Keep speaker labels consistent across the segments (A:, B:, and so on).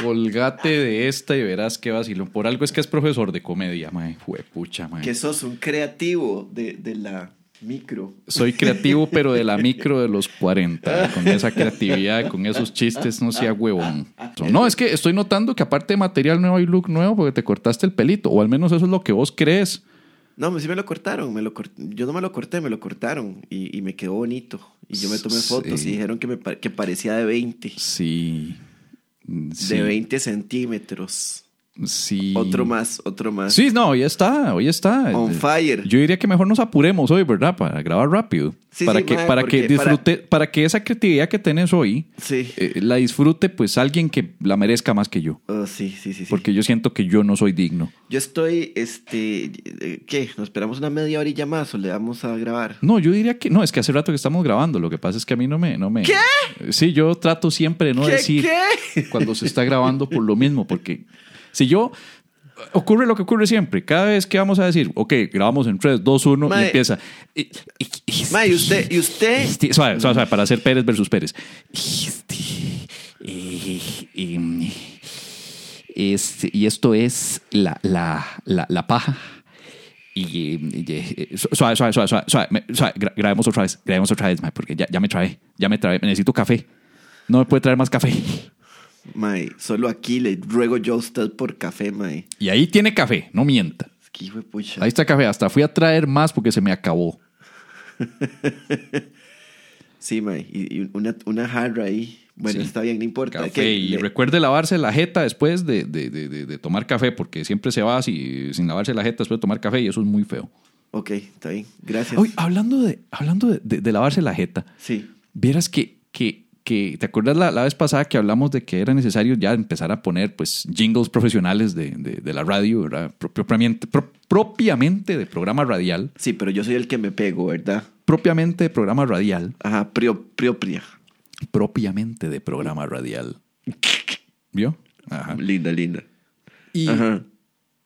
A: Colgate de esta y verás qué vacilón. Por algo es que es profesor de comedia, mae. Fue pucha, mae.
B: Que sos un creativo de, de la micro.
A: Soy creativo, pero de la micro de los 40. Con esa creatividad, con esos chistes, no sea huevón. No, es que estoy notando que aparte de material nuevo hay look nuevo porque te cortaste el pelito. O al menos eso es lo que vos crees.
B: No, pues sí me lo cortaron, me lo cort- yo no me lo corté, me lo cortaron y, y me quedó bonito. Y yo me tomé
A: Sí.
B: fotos y dijeron que, me pa- que parecía de 20,
A: Sí. Sí.
B: de 20 centímetros.
A: Sí.
B: Otro más, otro más.
A: Sí, no, hoy está, hoy está. Eh,
B: On fire.
A: Yo diría que mejor nos apuremos hoy, ¿verdad? Para grabar rápido.
B: Sí,
A: para
B: sí,
A: que,
B: mae,
A: para que
B: porque para-
A: disfrute, para... que esa creatividad que tenés hoy
B: Sí.
A: eh, la disfrute, pues alguien que la merezca más que yo.
B: Oh, sí, sí, sí, sí.
A: Porque yo siento que yo no soy digno.
B: Yo estoy, este, eh, ¿qué? ¿Nos esperamos una media horilla más o le damos a grabar?
A: No, yo diría que no, es que hace rato que estamos grabando. Lo que pasa es que a mí no me. No me ¿Qué? Sí, yo trato siempre de no
B: ¿Qué,
A: decir
B: qué?
A: cuando se está grabando por lo mismo, porque si yo. Ocurre lo que ocurre siempre. Cada vez que vamos a decir, ok, grabamos en 3, 2, 1
B: Mae.
A: y empieza.
B: Ma, y usted, y usted,
A: Este, suave, suave, suave, para hacer Pérez versus Pérez. Este, eh, em, este, y esto es la, la, la, la paja. Y, em, y, eh, eh, suave, suave, suave, suave, suave, me- suave, gra- grabemos otra vez, grabemos otra vez, mae, porque ya, ya me trae, ya me trae, necesito café. No me puede traer más café.
B: Mae, solo aquí le ruego yo a usted por café, Mae.
A: Y ahí tiene café, no mienta.
B: Es que hijo de pucha.
A: Ahí está café, hasta fui a traer más porque se me acabó.
B: Sí, Mae, y, y una, una jarra ahí. Bueno,
A: Sí.
B: está bien, no importa.
A: Café.
B: que
A: y
B: le-
A: recuerde lavarse la jeta después de, de- de- de- de tomar café, porque siempre se va así, sin lavarse la jeta después de tomar café y eso es muy feo.
B: Ok, está bien, gracias.
A: Oye, hablando de, hablando de, de- de lavarse la jeta,
B: Sí,
A: vieras que, que, que ¿te acuerdas la, la vez pasada que hablamos de que era necesario ya empezar a poner pues jingles profesionales de, de- de la radio, ¿verdad? Pro- Propiamente, pro- propiamente de programa radial,
B: sí, pero yo soy el que me pego, ¿verdad?
A: propiamente de programa radial,
B: Ajá, prio, priopria.
A: propiamente de programa radial. ¿Vio? Ajá.
B: Linda, linda.
A: Y,
B: Ajá.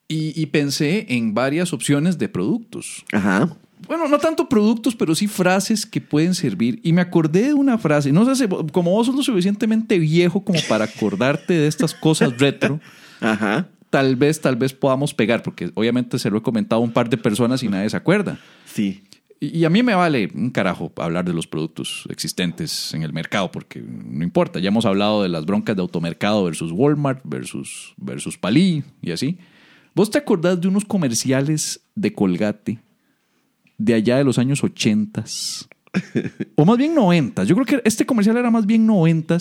A: Y, y pensé en varias opciones de productos.
B: Ajá.
A: Bueno, no tanto productos, pero sí frases que pueden servir. Y me acordé de una frase. No sé, si vo- como vos sos lo suficientemente viejo como para acordarte de estas cosas retro,
B: Ajá.
A: tal vez, tal vez podamos pegar, porque obviamente se lo he comentado a un par de personas y nadie se acuerda.
B: Sí.
A: Y, y a mí me vale un carajo hablar de los productos existentes en el mercado, porque no importa. Ya hemos hablado de las broncas de automercado versus Walmart versus, versus Palí y así. ¿Vos te acordás de unos comerciales de Colgate de allá de los años 80? O más bien 90. Yo creo que este comercial era más bien 90,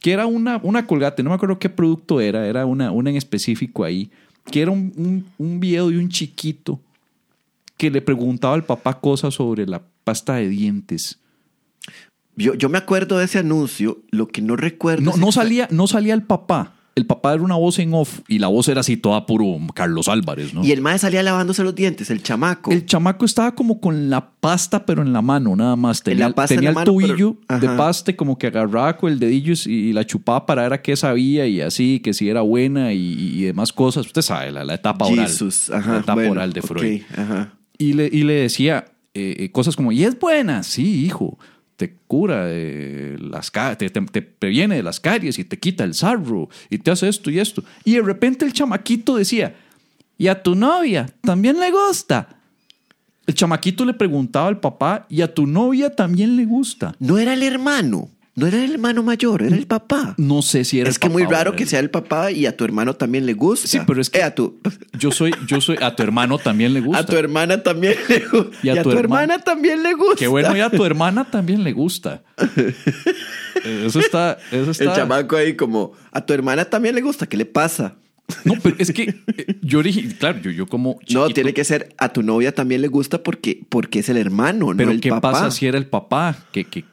A: que era una, una Colgate, no me acuerdo qué producto era, era una, una en específico ahí, que era un, un, un video de un chiquito que le preguntaba al papá cosas sobre la pasta de dientes.
B: Yo, yo me acuerdo de ese anuncio, lo que no recuerdo.
A: No,
B: es
A: no
B: exa-
A: salía, no salía el papá. El papá era una voz en off y la voz era así toda puro Carlos Álvarez, ¿no?
B: Y el mae salía lavándose los dientes, el chamaco.
A: El chamaco estaba como con la pasta, pero en la mano, nada más. Tenía,
B: La pasta en
A: tenía
B: la
A: el
B: mano, pero-
A: tobillo
B: Ajá.
A: de pasta y como que agarraba con el dedillo y, y la chupaba para ver a qué sabía y así, que si era buena y, y demás cosas. Usted sabe, la, la etapa oral.
B: Jesus,
A: la
B: ajá.
A: etapa
B: bueno,
A: oral de Freud.
B: ok, ajá.
A: Y le, y le decía eh, eh, cosas como, y es buena, sí, hijo, te cura de las ca- te, te- te previene de las caries y te quita el sarro y te hace esto y esto. Y de repente el chamaquito decía, y a tu novia también le gusta. El chamaquito le preguntaba al papá, y a tu novia también le gusta.
B: No era el hermano, no era el hermano mayor, era el papá.
A: No sé si era
B: es
A: el
B: que muy
A: papá o
B: raro
A: era
B: que
A: el-
B: sea el papá y a tu hermano también le gusta.
A: Sí, pero es que-
B: Eh, a tu
A: Yo soy, yo soy, a tu hermano también le gusta.
B: a tu hermana también le gusta. Y a, tu, hermana también le gusta.
A: Qué bueno, y a tu hermana también le gusta. Eso está, eso está.
B: El chamaco ahí como a tu hermana también le gusta, ¿qué le pasa?
A: No, pero es que eh, yo dije, claro, yo, yo como.
B: No,
A: chiquito,
B: tiene que ser a tu novia también le gusta porque porque es el hermano,
A: Pero
B: no el
A: ¿qué
B: papá.
A: pasa si era el papá? Que, que,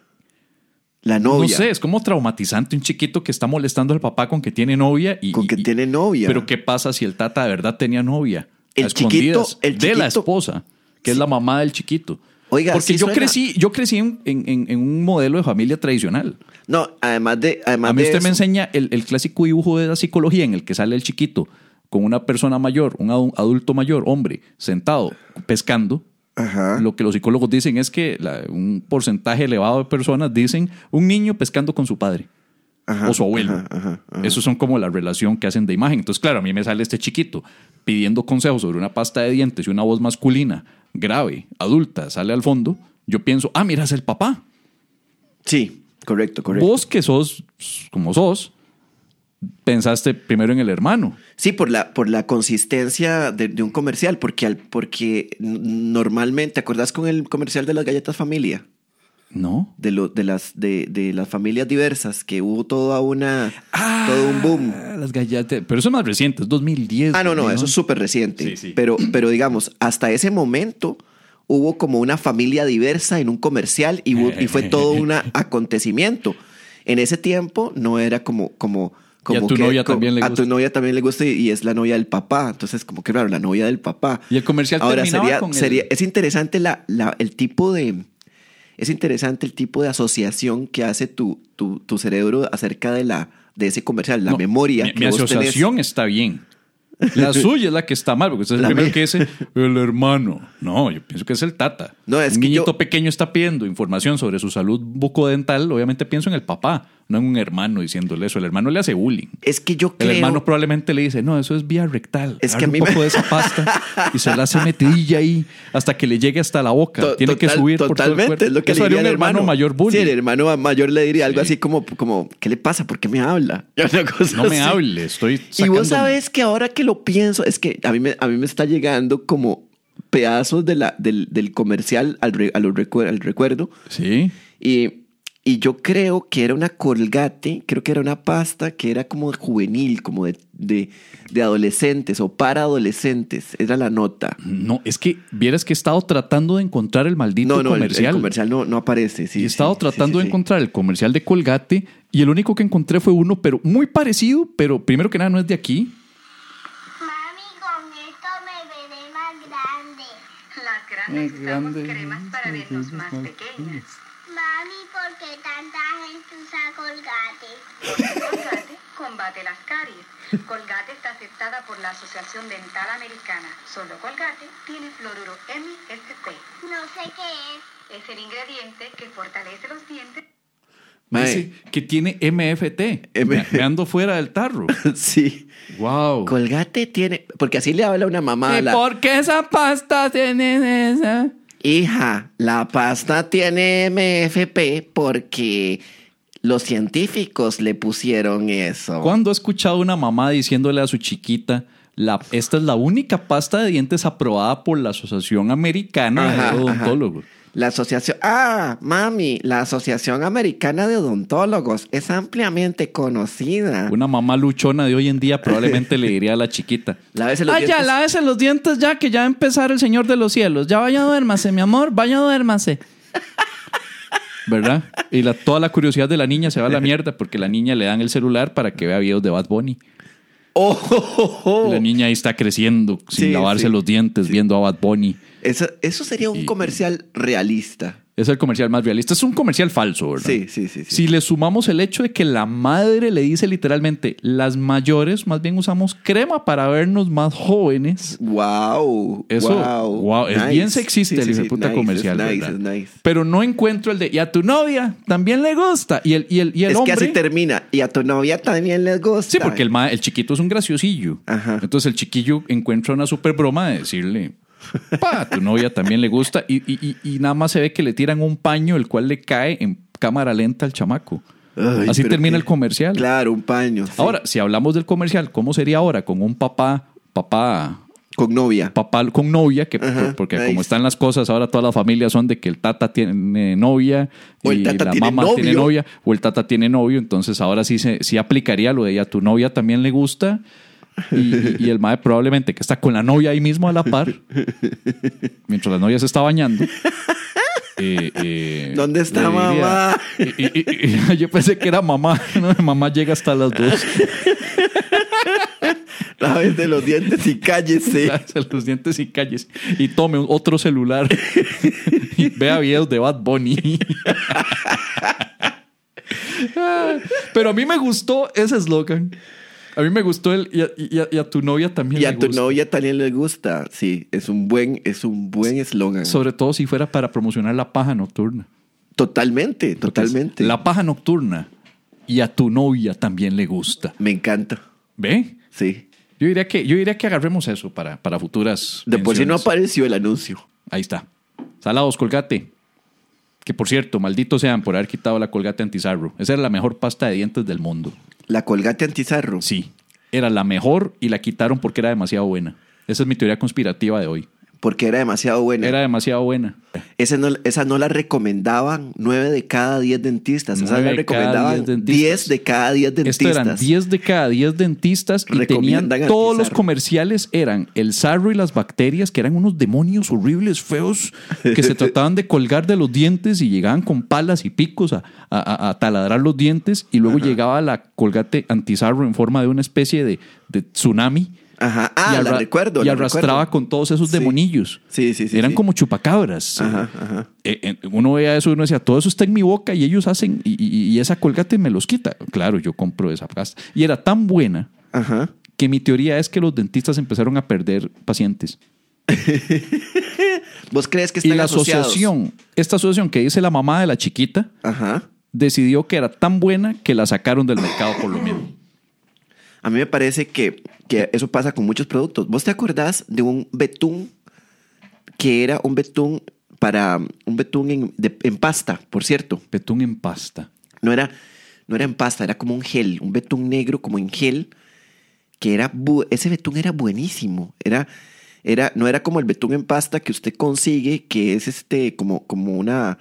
B: La
A: no
B: novia.
A: sé, es como traumatizante un chiquito que está molestando al papá con que tiene novia y.
B: Con
A: y-
B: que
A: y-
B: tiene novia.
A: Pero ¿qué pasa si el tata de verdad tenía novia?
B: El
A: A escondidas
B: chiquito- el
A: De la
B: chiquito-
A: esposa, que es la mamá del chiquito.
B: Oiga,
A: Porque
B: sí
A: yo
B: suena-
A: crecí, yo crecí en, en- en- en un modelo de familia tradicional.
B: No, además de además
A: A mí este
B: de
A: usted me
B: eso-
A: enseña el, el clásico dibujo de la psicología en el que sale el chiquito con una persona mayor, un adu- adulto mayor, hombre, sentado, pescando.
B: Ajá.
A: Lo que los psicólogos dicen es que la- un porcentaje elevado de personas dicen un niño pescando con su padre.
B: Ajá,
A: o su abuelo.
B: ajá, ajá, ajá.
A: Esos son como la relación que hacen de imagen. Entonces, claro, a mí me sale este chiquito pidiendo consejos sobre una pasta de dientes y una voz masculina, grave, adulta, sale al fondo. Yo pienso, ah, mira, es el papá.
B: Sí, correcto, correcto.
A: Vos que sos como sos, pensaste primero en el hermano.
B: Sí, por la, por la consistencia de, de un comercial, porque, al, porque n- normalmente, ¿te acordás con el comercial de las galletas familia?
A: No.
B: De, lo, de, las, de, de las familias diversas, que hubo toda una, todo un boom.
A: Ah, Las galletas. Pero eso es más reciente, es 2010.
B: Ah, no, no,
A: 2011.
B: eso es súper reciente.
A: Sí, sí.
B: Pero, pero digamos, hasta ese momento hubo como una familia diversa en un comercial y, hubo- y fue todo un acontecimiento. En ese tiempo no era como... como
A: Y a
B: como
A: tu novia también le
B: a
A: gusta.
B: tu novia también le gusta y, y es la novia del papá. Entonces, como que claro, la novia del papá.
A: Y el comercial
B: Ahora
A: terminaba
B: sería,
A: con el-
B: sería- es interesante la, la- el tipo de es interesante el tipo de asociación que hace tu, tu, tu cerebro acerca de la de ese comercial, la
A: No,
B: memoria
A: Mi,
B: que
A: mi
B: vos tenés.
A: asociación está bien. La suya es la que está mal, porque usted es el
B: La
A: primero
B: mía.
A: que dice el hermano. No, yo pienso que es el tata.
B: No, es
A: un
B: que
A: niñito
B: yo-
A: pequeño está pidiendo información sobre su salud bucodental. Obviamente pienso en el papá, no en un hermano diciéndole eso. El hermano le hace bullying.
B: Es que yo
A: El
B: creo
A: hermano probablemente le dice, no, eso es vía rectal.
B: Es
A: Abre
B: que a mí
A: un
B: me-
A: poco de esa pasta y se la hace metidilla ahí hasta que le llegue hasta la boca.
B: to-
A: Tiene que
B: total-
A: subir por todo el
B: totalmente
A: cuerpo.
B: es lo que
A: Eso
B: le
A: haría
B: diría
A: un
B: al
A: hermano mayor
B: Sí,
A: bullying.
B: el hermano mayor le diría algo
A: Sí.
B: así como como ¿qué le pasa? ¿Por qué me habla? Una cosa
A: No me
B: así.
A: hable, estoy
B: Y
A: sacando-
B: vos sabes que ahora que lo pienso, es que a mí me, a mí me está llegando como pedazos de la, del, del comercial al, re- a los recuer- al recuerdo.
A: Sí.
B: Y, y yo creo que era una colgate, creo que era una pasta que era como juvenil, como de, de, de adolescentes o para adolescentes. Era la nota.
A: No, es que vieras que he estado tratando de encontrar el maldito
B: No, no, el-
A: comercial.
B: El, comercial no, no aparece. Sí,
A: y he estado
B: sí,
A: tratando de
B: sí, sí, sí.
A: encontrar el comercial de Colgate y el único que encontré fue uno, pero muy parecido, pero primero que nada no es de aquí.
C: Mami, con esto me veré más grande.
D: Las grandes usamos cremas para vernos más pequeñas.
C: Mami, ¿por qué tanta gente usa colgate?
D: Colgate combate las caries. Colgate está aceptada por la Asociación Dental Americana. Solo Colgate tiene fluoruro MST.
C: No sé qué es.
D: Es el ingrediente que fortalece los dientes.
B: Mae.
A: Dice que tiene MFT.
B: M-
A: Me ando fuera del tarro.
B: Sí.
A: wow.
B: Colgate tiene. Porque así le habla una mamá. a la-
A: qué esa pasta tiene esa?
B: Hija, la pasta tiene MFP porque los científicos le pusieron eso.
A: ¿Cuándo he escuchado una mamá diciéndole a su chiquita, la, esta es la única pasta de dientes aprobada por la Asociación Americana
B: Ajá,
A: de
B: ajá.
A: Odontólogos?
B: La asociación. Ah, mami, la Asociación Americana de Odontólogos es ampliamente conocida.
A: Una mamá luchona de hoy en día probablemente le diría a la chiquita.
B: Lávese los dientes.
A: lávese los dientes ya, que ya va a empezar el Señor de los Cielos. Ya vaya duérmase, mi amor, vaya duérmase. ¿Verdad? Y la, toda la curiosidad de la niña se va a la mierda porque la niña le dan el celular para que vea videos de Bad Bunny.
B: Oh, oh, oh, oh.
A: La niña ahí está creciendo sin
B: Sí,
A: lavarse
B: sí.
A: los dientes viendo a Bad Bunny.
B: Eso, eso sería un
A: Y-
B: comercial realista.
A: Es el comercial más realista. Es un comercial falso, ¿verdad?
B: Sí, sí, sí, sí.
A: Si le sumamos el hecho de que la madre le dice literalmente, las mayores más bien usamos crema para vernos más jóvenes.
B: Wow.
A: Eso
B: wow,
A: guau, es bien sexista el hijo de puta comercial.
B: Es nice,
A: ¿verdad?
B: es nice.
A: Pero no encuentro el de y a tu novia también le gusta. Y el, y el, y el
B: es
A: hombre.
B: que así termina. Y a tu novia también les gusta.
A: Sí, porque el, ma- el chiquito es un graciosillo.
B: Ajá.
A: Entonces el chiquillo encuentra una super broma de decirle, pa, a tu novia también le gusta. Y, y- y- y nada más se ve que le tiran un paño, el cual le cae en cámara lenta al chamaco.
B: Ay,
A: Así
B: pero
A: termina
B: qué-
A: el comercial.
B: Claro, un paño. sí.
A: Ahora, si hablamos del comercial, ¿cómo sería ahora con un papá, papá
B: Con novia.
A: papá con novia, que
B: Ajá,
A: por- porque
B: nice.
A: como están las cosas, ahora todas las familias son de que el tata tiene novia
B: O el
A: y
B: tata
A: la
B: tiene
A: mamá tiene
B: novio.
A: novia o el tata tiene novio, entonces ahora sí se sí aplicaría lo de ella, tu novia también le gusta. Y, y el madre probablemente que está con la novia ahí mismo a la par, mientras la novia se está bañando. eh, eh,
B: ¿Dónde está
A: le
B: mamá?
A: y- y- y- y- yo pensé que era mamá. ¿no? Mamá llega hasta las dos.
B: Lávese los dientes y cállese.
A: Lávese los dientes y calles. Y tome un- otro celular. y vea videos de Bad Bunny. Ah, Pero a mí me gustó ese eslogan. A mí me gustó el. Y a, y a- y a tu novia también.
B: Y a
A: le
B: tu
A: gusta".
B: novia también le gusta. Sí, es un buen, es un buen eslogan.
A: Sobre todo si fuera para promocionar la paja nocturna.
B: Totalmente,
A: Porque es
B: totalmente.
A: La paja nocturna. y a tu novia también le gusta.
B: Me encanta.
A: ¿Ve?
B: Sí.
A: Yo diría que, yo diría que agarremos eso para, para futuras.
B: Después si no
A: menciones.
B: apareció el anuncio.
A: Ahí está. Salados, colgate. Que por cierto, malditos sean por haber quitado la colgate antizarro. Esa era la mejor pasta de dientes del mundo.
B: La colgate antizarro.
A: Sí, era la mejor y la quitaron porque era demasiado buena. Esa es mi teoría conspirativa de hoy.
B: Porque era demasiado buena.
A: Era demasiado buena.
B: Esa, no, esa no la recomendaban nueve de cada diez dentistas. Esa
A: Nueve
B: la
A: de cada
B: recomendaban
A: diez dentistas.
B: diez de cada diez
A: Esto
B: dentistas.
A: eran 10 de cada 10 dentistas y tenían
B: Recomiendan
A: todos
B: al
A: los
B: Pizarro.
A: comerciales eran el sarro y las bacterias que eran unos demonios horribles, feos, que se trataban de colgar de los dientes y llegaban con palas y picos a, a- a- a taladrar los dientes y luego llegaba la colgate antizarro en forma de una especie de, de tsunami.
B: Ajá. Ah, la
A: arra-
B: recuerdo,
A: Y
B: la
A: arrastraba
B: recuerdo.
A: con todos esos
B: Sí.
A: demonillos.
B: Sí, sí, sí,
A: Eran
B: sí.
A: como chupacabras.
B: Ajá, ajá.
A: Eh, eh, uno veía eso y uno decía, todo eso está en mi boca y ellos hacen, y, y- y esa colgate me los quita. Claro, yo compro esa pasta. Y era tan buena
B: Ajá.
A: que mi teoría es que los dentistas empezaron a perder pacientes.
B: ¿Vos crees que
A: Y
B: están
A: la
B: asociados?
A: asociación, esta asociación que dice la mamá de la chiquita,
B: Ajá.
A: decidió que era tan buena que la sacaron del mercado por lo mismo.
B: A mí me parece que, que eso pasa con muchos productos. ¿Vos te acordás de un betún que era un betún para un betún en, de- en pasta, por cierto?
A: Petún en pasta.
B: No era, no era en pasta, era como un gel, un betún negro como en gel, que era bu- ese betún era buenísimo. Era, era, no era como el betún en pasta que usted consigue, que es este, como, como una,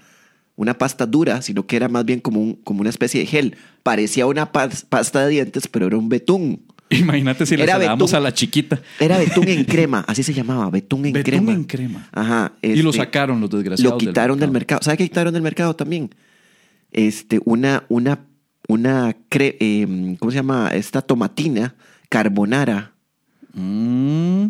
B: una pasta dura, sino que era más bien como, un, como una especie de gel. Parecía una pas- pasta de dientes, pero era un betún.
A: Imagínate si le
B: Era
A: dábamos
B: betún.
A: a la chiquita.
B: Era betún en crema, así se llamaba, betún en
A: Betún
B: crema.
A: en crema.
B: Ajá.
A: y lo
B: este,
A: sacaron los desgraciados.
B: Lo quitaron del mercado. ¿Sabe qué quitaron del mercado también? Este, una, una, una, cre- em, ¿cómo se llama? Esta tomatina carbonara.
A: Mm,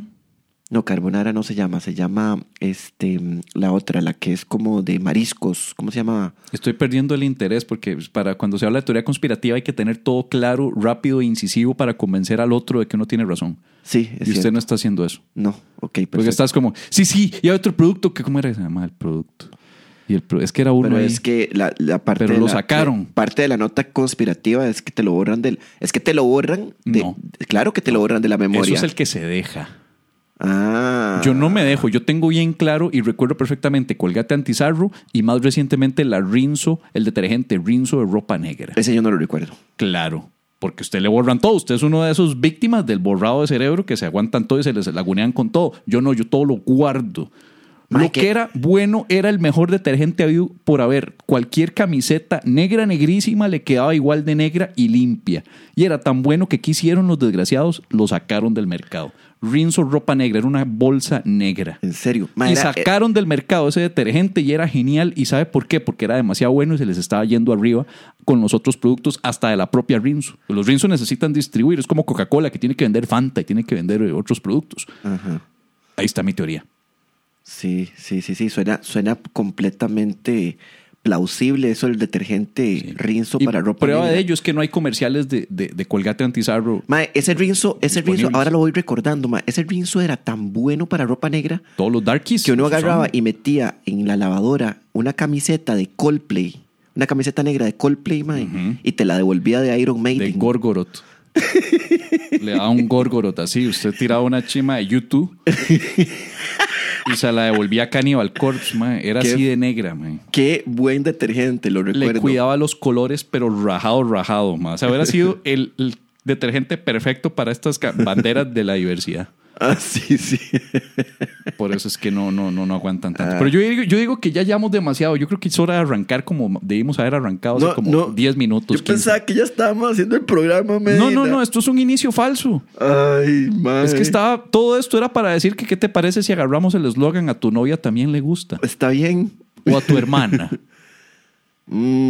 B: No, carbonara no se llama, se llama, este, mm, la otra, la que es como de mariscos. ¿Cómo se llama?
A: estoy perdiendo el interés porque pues, para cuando se habla de teoría conspirativa hay que tener todo claro, rápido e incisivo para convencer al otro de que uno tiene razón.
B: Sí,
A: y
B: es
A: usted
B: cierto.
A: no está haciendo eso.
B: No, ok,
A: Porque
B: perfecto.
A: estás como, sí, sí, y hay otro producto que, ¿cómo era que se llamaba el producto? Y el pro- es que era uno
B: Pero
A: ahí.
B: es que la, la parte
A: Pero
B: de
A: lo
B: la-
A: sacaron.
B: la parte de la nota conspirativa es que te lo borran del es que te lo borran de
A: No.
B: claro que te lo borran de la
A: eso
B: memoria.
A: es el que se deja.
B: Ah.
A: Yo no me dejo, yo tengo bien claro y recuerdo perfectamente Colgate Antizarro y más recientemente la Rinzo, el detergente Rinzo de ropa negra.
B: ese yo no lo recuerdo.
A: Claro, porque usted le borran todo. Usted es uno de esos víctimas del borrado de cerebro que se aguantan todo y se les lagunean con todo. Yo no, yo todo lo guardo.
B: Mae,
A: lo
B: que-
A: que era bueno era el mejor detergente habido por haber. Cualquier camiseta negra, negrísima, le quedaba igual de negra y limpia. Y era tan bueno que quisieron los desgraciados, lo sacaron del mercado. Rinso ropa negra, era una bolsa negra.
B: En serio. eh, Ma,
A: Y
B: era-
A: sacaron del mercado ese detergente y era genial. ¿Y sabe por qué? Porque era demasiado bueno y se les estaba yendo arriba con los otros productos hasta de la propia Rinso. Los Rinso necesitan distribuir. Es como Coca-Cola que tiene que vender Fanta y tiene que vender eh, otros productos.
B: Ajá.
A: Ahí está mi teoría.
B: Sí, sí, sí, sí. Suena, suena completamente plausible eso el detergente rinzo
A: Y
B: para ropa.
A: prueba
B: negra.
A: de ello es que no hay comerciales de, de, de Colgate Antizarro
B: Ma, ese rinzo, ese rinzo,
A: Disponibles.
B: ahora lo voy recordando, ma, ese rinzo era tan bueno para ropa negra
A: todos los darkies.
B: que uno
A: los
B: agarraba
A: usaban.
B: y metía en la lavadora una camiseta de Coldplay, una camiseta negra de Coldplay, ma, y te la devolvía de Iron
A: De
B: Maiden.
A: Gorgorot. Le daba un Gorgorot así. Usted tiraba una chima de YouTube y se la devolvía a Cannibal Corpse, mae. Era
B: Qué-
A: así de negra, mae.
B: Qué buen detergente, lo
A: le
B: recuerdo.
A: cuidaba los colores, pero rajado, rajado, más. O sea, hubiera sido el, el detergente perfecto para estas ca- banderas de la diversidad.
B: Ah, sí, sí.
A: Por eso es que no, no, no, no aguantan
B: Ah.
A: tanto. Pero yo digo, yo digo que ya llevamos demasiado. Yo creo que es hora de arrancar como debimos haber arrancado hace como 10 minutos.
B: Yo
A: 15.
B: pensaba que ya estábamos haciendo el programa,
A: no, no,
B: Medina.
A: no, esto es un inicio falso.
B: Ay, madre.
A: Es que estaba, todo esto era para decir que qué te parece si agarramos el eslogan a tu novia también le gusta.
B: Está bien.
A: O a tu hermana.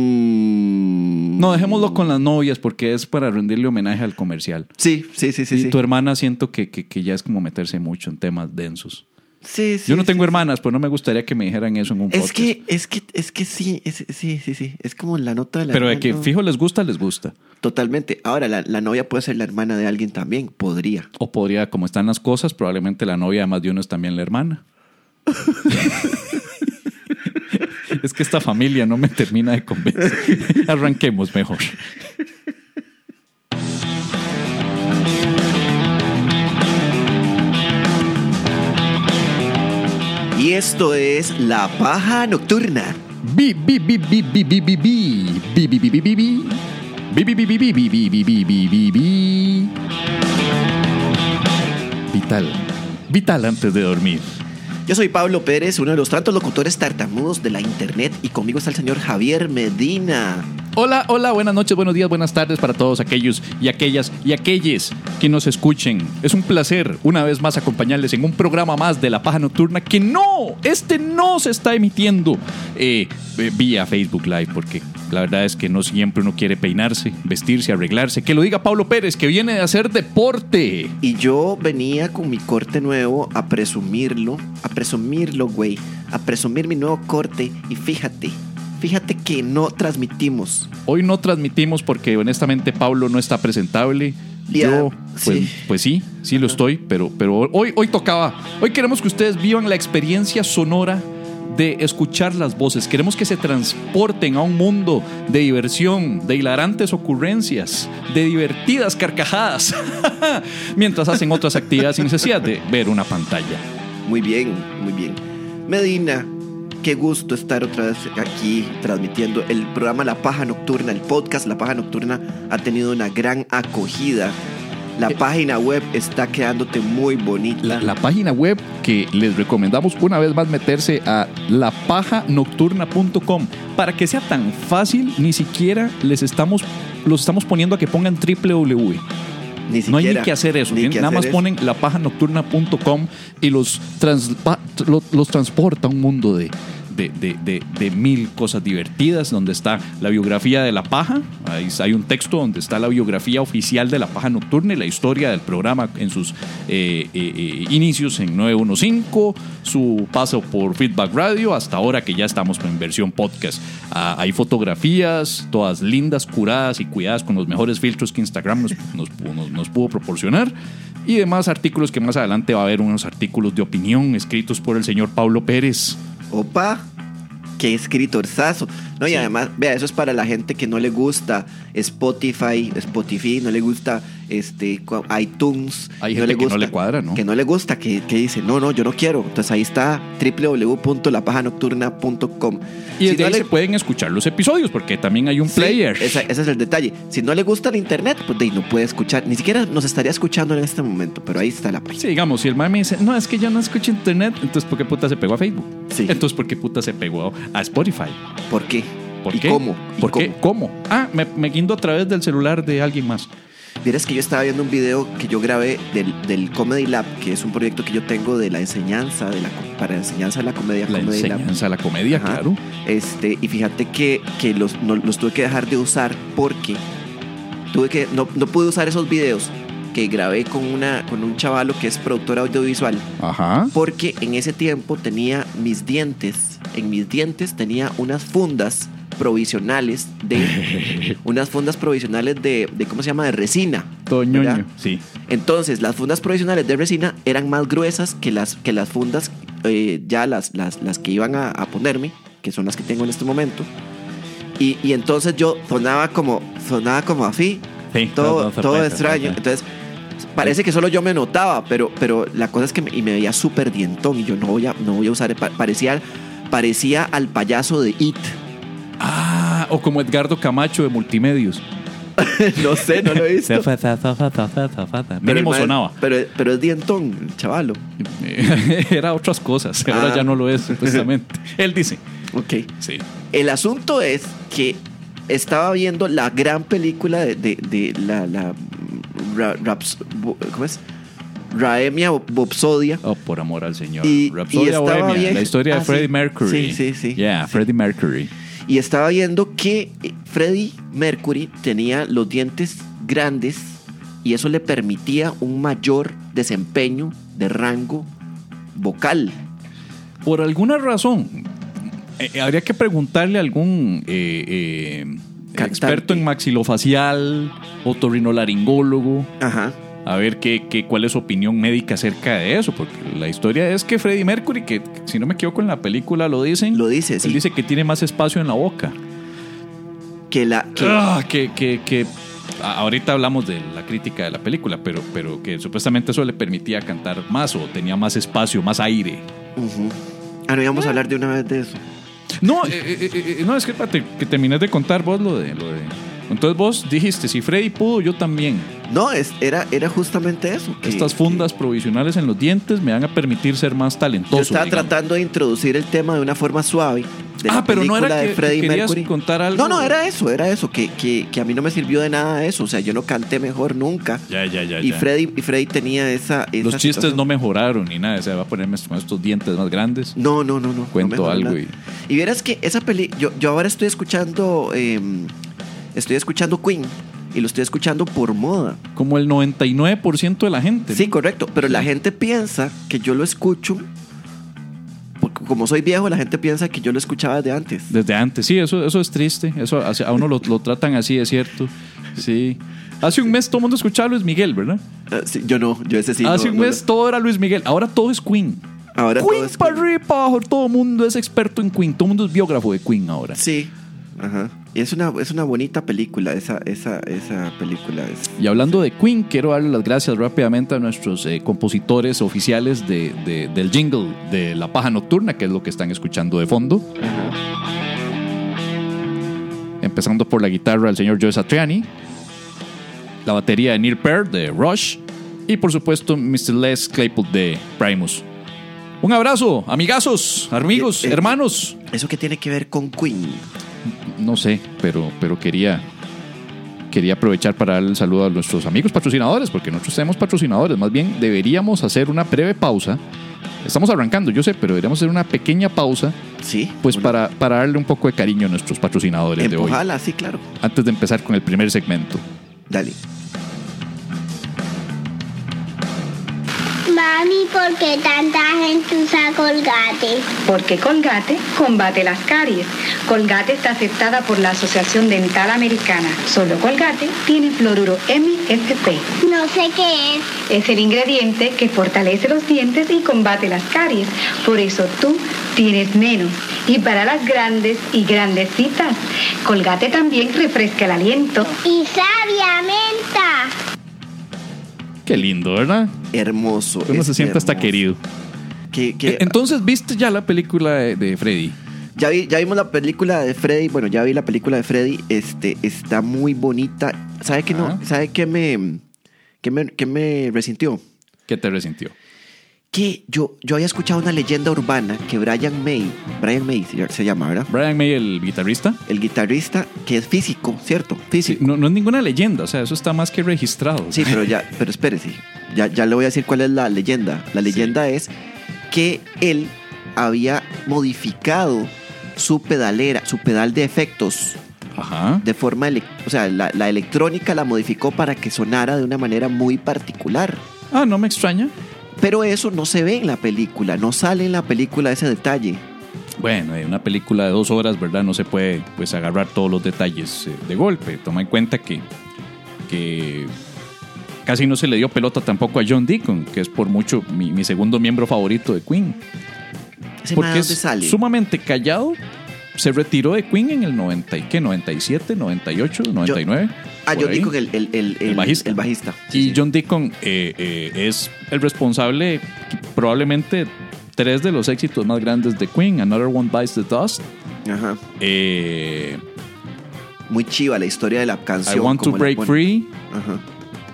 B: Mm.
A: No, dejémoslo con las novias porque es para rendirle homenaje al comercial.
B: Sí, sí, sí, sí.
A: y
B: sí.
A: tu hermana siento que, que- que ya es como meterse mucho en temas densos.
B: Sí, sí,
A: Yo no tengo
B: sí.
A: hermanas, pues no me gustaría que me dijeran eso en un
B: Es
A: podcast.
B: que, es que, es que sí, es- sí, sí, sí. Es como la nota de la
A: Pero de que
B: hermana.
A: fijo les gusta, les gusta.
B: Totalmente. Ahora, la, la novia puede ser la hermana de alguien también. Podría.
A: O podría, como están las cosas, probablemente la novia además de uno es también la hermana. es que esta familia no me termina de convencer. Arranquemos mejor.
B: Esto es La Paja Nocturna.
A: Bi, bi, bi, bi, bi, bi, bi, bi. Bi, bi, bi, bi, bi, bi. Bi, bi, bi, bi, bi, bi, bi, bi, bi, bi, bi. Vital. Vital antes de dormir.
B: Yo soy Pablo Pérez, uno de los tantos locutores tartamudos de la internet y conmigo está el señor Javier Medina.
A: Hola, hola, buenas noches, buenos días, buenas tardes para todos aquellos y aquellas y aquellos que nos escuchen. Es un placer una vez más acompañarles en un programa más de La Paja Nocturna que no, este no se está emitiendo eh, eh, vía Facebook Live porque la verdad es que no siempre uno quiere peinarse, vestirse, arreglarse. Que lo diga Pablo Pérez que viene de hacer deporte.
B: Y yo venía con mi corte nuevo a presumirlo, a presumirlo, güey, a presumir mi nuevo corte y fíjate, fíjate que no transmitimos.
A: Hoy no transmitimos porque honestamente Pablo no está presentable.
B: Ya,
A: Yo, pues
B: sí.
A: sí, pues sí, sí lo estoy, pero, pero hoy, hoy tocaba. Hoy queremos que ustedes vivan la experiencia sonora de escuchar las voces. Queremos que se transporten a un mundo de diversión, de hilarantes ocurrencias, de divertidas carcajadas, mientras hacen otras actividades sin necesidad de ver una pantalla.
B: Muy bien, muy bien. Medina, qué gusto estar otra vez aquí transmitiendo el programa La Paja Nocturna, el podcast La Paja Nocturna ha tenido una gran acogida. La página web está quedándote muy bonita.
A: Eh, la, la página web que les recomendamos una vez más meterse a lapajanocturna.com para que sea tan fácil ni siquiera les estamos los estamos poniendo a que pongan E. www
B: ni
A: no hay ni
B: siquiera,
A: que hacer eso
B: ni
A: ¿bien?
B: que
A: nada
B: hacer
A: más
B: eso.
A: ponen lapajanocturna.com y los, transpa- lo- los transporta a un mundo de de, de- de- de mil cosas divertidas, donde está la biografía de la paja. Ahí hay un texto donde está la biografía oficial de la paja nocturna y la historia del programa en sus eh, eh, eh, inicios en 915, su paso por Feedback Radio, hasta ahora que ya estamos en versión podcast. Ah, hay fotografías, todas lindas, curadas y cuidadas con los mejores filtros que Instagram nos, nos pu- nos- nos pudo proporcionar. Y demás artículos que más adelante va a haber unos artículos de opinión escritos por el señor Pablo Pérez.
B: Opa, qué escritorzazo. No, y además, vea, eso es para la gente que no le gusta Spotify, Spotify, no le gusta este cu- iTunes.
A: Hay gente que no le cuadra, ¿no?
B: Que no le gusta, que, que dice, no, no, yo no quiero. Entonces ahí está www.lapajanocturna.com.
A: Y
B: Si
A: desde
B: no
A: ahí
B: le-
A: se pueden escuchar los episodios porque también hay un
B: Sí,
A: player.
B: esa- ese es el detalle. Si no le gusta el internet, pues de ahí no puede escuchar. Ni siquiera nos estaría escuchando en este momento, pero ahí está la página.
A: Sí, digamos, si el mami dice, no, es que yo no escucho internet, entonces ¿por qué puta se pegó a Facebook?
B: Sí.
A: Entonces ¿por qué puta se pegó a Spotify?
B: ¿Por qué?
A: ¿Por
B: ¿Y
A: qué?
B: cómo? ¿Y
A: ¿Por qué?
B: cómo?
A: ¿Cómo? Ah, me, me guindo a través del celular de alguien más.
B: Vieras que yo estaba viendo un video que yo grabé del, del Comedy Lab, que es un proyecto que yo tengo de la enseñanza, de la, co- para enseñanza de la comedia.
A: La
B: Comedy Lab.
A: enseñanza, la comedia,
B: Ajá.
A: claro.
B: Este, y fíjate que, que los, no- los tuve que dejar de usar porque tuve que, no, no pude usar esos videos que grabé con, una, con un chavalo que es productor audiovisual,
A: Ajá.
B: porque en ese tiempo tenía mis dientes, en mis dientes tenía unas fundas provisionales de, unas fundas provisionales de, de ¿cómo se llama? De resina. ¿verdad?
A: Toñoño. Sí.
B: Entonces, las fundas provisionales de resina eran más gruesas que las, que las fundas, eh, ya las, las, las que iban a, a ponerme, que son las que tengo en este momento. Y, y entonces yo sonaba como, sonaba como así,
A: Sí,
B: todo,
A: no, no se
B: todo
A: puede,
B: extraño.
A: no se
B: Entonces, parece que solo yo me notaba, pero, pero la cosa es que me, y me veía súper dientón y yo no voy a, no voy a usar, pa- parecía, parecía al payaso de It.
A: Ah, o como Edgardo Camacho de Multimedios.
B: no sé, no lo he visto. el
A: Mínimo
B: mae-
A: sonaba.
B: Pero, pero es dientón, el chavalo.
A: Era otras cosas. Ahora
B: Ah.
A: ya no lo es, precisamente. Él dice.
B: Ok.
A: Sí.
B: El asunto es que estaba viendo la gran película de, de- de la, la mm, ra- raps- bo- ¿cómo es? Raemia Bobsodia.
A: Oh, por amor al señor.
B: Y- y
A: Rhapsodia
B: estaba
A: Bohemia,
B: bien.
A: la historia
B: Ah,
A: de Freddie
B: sí.
A: Mercury.
B: Sí, sí, sí.
A: Yeah, Freddie Mercury.
B: Y estaba viendo que eh, Freddie Mercury tenía los dientes grandes y eso le permitía un mayor desempeño de rango vocal.
A: Por alguna razón, eh, eh, habría que preguntarle a algún eh, eh,
B: Cantante.
A: experto en maxilofacial, otorrinolaringólogo,
B: Ajá.
A: a ver qué, qué, cuál es su opinión médica acerca de eso, porque la historia es que Freddie Mercury, que si no me equivoco en la película lo dicen,
B: Lo dice,
A: él
B: sí.
A: dice que tiene más espacio en la boca.
B: Que la. que-
A: Ah, que, que, que- a- ahorita hablamos de la crítica de la película, pero, pero que supuestamente eso le permitía cantar más o tenía más espacio, más aire.
B: Ujú. Ah, no íbamos a hablar de una vez de eso.
A: No, eh, eh, eh, eh, no, es que espérate, que terminé de contar vos lo de, lo de. Entonces vos dijiste, si Freddy pudo, yo también.
B: No, es, era, era justamente eso. que-
A: Estas fundas provisionales en los dientes me van a permitir ser más talentoso.
B: Yo estaba
A: digamos.
B: tratando de introducir el tema de una forma suave. De la
A: Ah, pero no era
B: película de
A: que-
B: Freddie
A: que querías
B: Mercury.
A: contar algo.
B: No, no, era eso, era eso. Que, que, que a mí no me sirvió de nada eso. O sea, yo no canté mejor nunca.
A: Ya, ya, ya.
B: Y
A: ya.
B: Freddy, y Freddy tenía esa. esa
A: los chistes
B: situación.
A: no mejoraron ni nada. O sea, va a ponerme con estos dientes más grandes.
B: No, no, no, no.
A: Cuento
B: no mejoró
A: algo
B: nada. Y vieras que esa peli. Yo, yo ahora estoy escuchando. eh, estoy escuchando Queen. Y lo estoy escuchando por moda.
A: Como el 99% de la gente.
B: Sí, correcto. Pero la gente piensa que yo lo escucho. Porque como soy viejo, la gente piensa que yo lo escuchaba desde antes.
A: Desde antes, sí, eso, eso es triste. Eso, hace- a uno lo, lo tratan así, es cierto. Sí. Hace un mes todo el mundo escuchaba a Luis Miguel, ¿verdad?
B: Ah, sí, yo no, yo ese sí.
A: Hace
B: no,
A: un
B: no,
A: mes
B: no.
A: todo era Luis Miguel. Ahora todo es Queen.
B: Ahora todo
A: Queen
B: es
A: para
B: Queen.
A: arriba y para abajo. Todo el mundo es experto en Queen. Todo el mundo es biógrafo de Queen ahora.
B: Sí. Ajá. Y es una, es una bonita película, esa, esa, esa película. Es.
A: Y hablando de Queen, quiero darle las gracias rápidamente a nuestros eh, compositores oficiales de- de- del jingle de La Paja Nocturna, que es lo que están escuchando de fondo. Empezando por la guitarra del señor Joe Satriani, la batería de Neil Peart de Rush y por supuesto Mr. Les Claypool de Primus. Un abrazo, amigazos, amigos,
B: Eh, eh,
A: hermanos.
B: ¿Eso que tiene que ver con Queen?
A: No sé, pero, pero quería, quería aprovechar para darle el saludo a nuestros amigos patrocinadores, porque nosotros tenemos patrocinadores. Más bien, deberíamos hacer una breve pausa. Estamos arrancando, yo sé, pero deberíamos hacer una pequeña pausa,
B: Sí.
A: pues
B: una-
A: para, para darle un poco de cariño a nuestros patrocinadores de hoy,
B: Empujala, sí, claro.
A: antes de empezar con el primer segmento.
B: Dale.
C: Mami, ¿por qué tanta gente usa colgate?
D: Porque Colgate combate las caries. Colgate está aceptada por la Asociación Dental Americana. Solo Colgate tiene fluoruro MSP.
C: No sé qué es.
D: Es el ingrediente que fortalece los dientes y combate las caries. Por eso tú tienes menos. Y para las grandes y grandecitas, Colgate también refresca el aliento.
C: Y sabia menta.
A: Qué lindo, ¿verdad?
B: Hermoso.
A: Uno
B: es
A: se siente hasta
B: hermoso.
A: querido.
B: Que, que-
A: Entonces, ¿viste ya la película de, de Freddy?
B: ya, vi- ya vimos la película de Freddy. Bueno, ya vi la película de Freddy. Este, está muy bonita. ¿Sabe qué no?
A: Ajá.
B: ¿Sabe qué me, qué me, qué me resintió?
A: ¿Qué te resintió?
B: Que yo, yo había escuchado una leyenda urbana que Brian May, Brian May se- se llama, ¿verdad?
A: Brian May, el guitarrista.
B: el guitarrista que es físico, ¿cierto? Físico.
A: No, no es ninguna leyenda, o sea, eso está más que registrado.
B: Sí, pero ya, pero espérese. Ya, ya le voy a decir cuál es la leyenda. La leyenda es que él había modificado su pedalera, su pedal de efectos
A: Ajá.
B: de forma, ele- o sea, la, la electrónica la modificó para que sonara de una manera muy particular.
A: Ah, no me extraña.
B: Pero eso no se ve en la película, no sale en la película ese detalle.
A: Bueno, en una película de dos horas, ¿verdad? No se puede pues agarrar todos los detalles eh, de golpe. Toma en cuenta que, que casi no se le dio pelota tampoco a John Deacon, que es por mucho mi, mi segundo miembro favorito de Queen.
B: Ese
A: Porque
B: nada
A: es
B: dónde sale.
A: sumamente callado. Se retiró de Queen en el 90, y ¿qué? 97, 98, 99.
B: ah,
A: por
B: John
A: ahí.
B: Deacon, el, el, el,
A: El bajista.
B: el bajista.
A: y
B: Sí, sí.
A: John Deacon eh, eh, es el responsable probablemente tres de los éxitos más grandes de Queen, Another One Bites the Dust,
B: Ajá.
A: eh,
B: Muy chiva la historia de la canción.
A: I Want to
B: como la
A: Break
B: ponen.
A: Free
B: Ajá.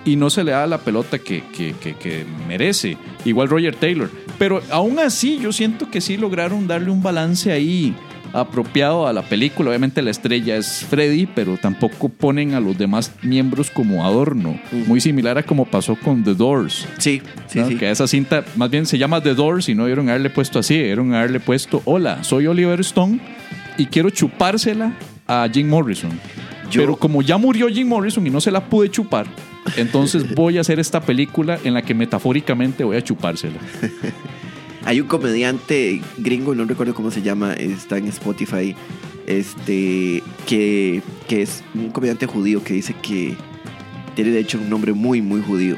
A: y no se le da la pelota que, que- que- que merece, igual Roger Taylor. Pero aún así yo siento que sí lograron darle un balance ahí apropiado a la película. Obviamente la estrella es Freddy, pero tampoco ponen a los demás miembros como adorno, muy similar a como pasó con The Doors.
B: Sí, sí,
A: ¿no?
B: sí.
A: Que esa cinta más bien se llama The Doors y no dieron haberle puesto así, dieron haberle puesto Hola, soy Oliver Stone y quiero chupársela a Jim Morrison.
B: Yo-
A: Pero como ya murió Jim Morrison y no se la pude chupar, entonces voy a hacer esta película en la que metafóricamente voy a chupársela.
B: Hay un comediante gringo, no recuerdo cómo se llama, está en Spotify, este, que, que es un comediante judío que dice que tiene de hecho un nombre muy, muy judío.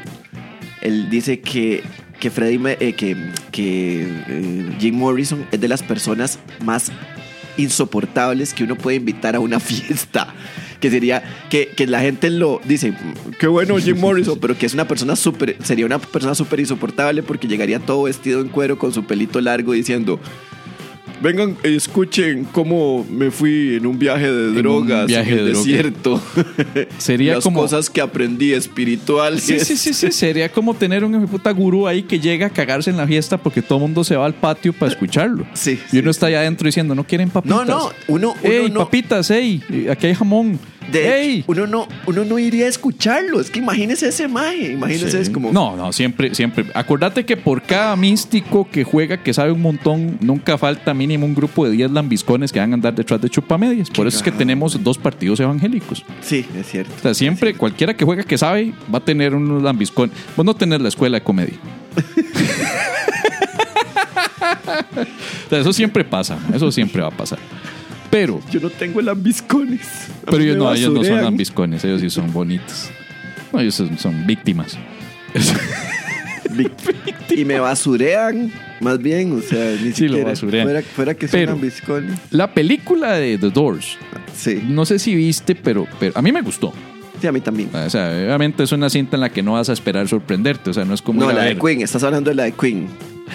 B: Él dice que, que Freddie Me- eh, que, que, eh, Jim Morrison es de las personas más insoportables que uno puede invitar a una fiesta. Que sería que, que la gente lo dice, qué bueno Jim Morrison, pero que es una persona súper, sería una persona súper insoportable porque llegaría todo vestido en cuero con su pelito largo diciendo, Vengan, escuchen cómo me fui en un viaje de
A: un
B: drogas
A: viaje
B: en el
A: de drogas.
B: desierto.
A: Sería
B: Las
A: como-
B: cosas que aprendí espirituales.
A: Sí, sí, sí, sí, sería como tener un hijo de puta gurú ahí que llega a cagarse en la fiesta porque todo el mundo se va al patio para escucharlo.
B: Sí,
A: Y uno está allá adentro diciendo, no quieren papitas.
B: No, no, uno- uno
A: Ey,
B: no-
A: papitas, ey, aquí hay jamón.
B: De
A: ey.
B: hecho, uno no, uno no iría a escucharlo. Es que imagínese ese maje. Imagínese,
A: Sí.
B: es como.
A: No, no, siempre, siempre. Acordate que por cada místico que juega, que sabe un montón, nunca falta mínimo un grupo de 10 lambiscones que van a andar detrás de chupamedias. Por eso es que
B: cagada,
A: tenemos dos partidos evangélicos.
B: Sí, es cierto.
A: O sea, siempre, cualquiera que juega que sabe, va a tener unos lambiscones. Vos no tenés la escuela de comedia. O sea, eso siempre pasa, ma, eso siempre va a pasar. Pero,
B: Yo no tengo lambiscones. A
A: pero
B: mí
A: ellos
B: me
A: no, ellos no son
B: basurean.
A: lambiscones, ellos sí son bonitos. No, ellos son, son víctimas.
B: Y me basurean, más bien, o sea, ni
A: Sí, lo
B: siquiera.
A: basurean.
B: Fuera, fuera que
A: Pero-
B: son biscones.
A: La película de The Doors,
B: Sí.
A: no sé si viste, pero, pero a mí me gustó.
B: sí, a mí también.
A: O sea, obviamente es una cinta en la que no vas a esperar sorprenderte. O sea, no es como.
B: No,
A: ir a
B: la de
A: ver-
B: Queen, estás hablando de la de Queen.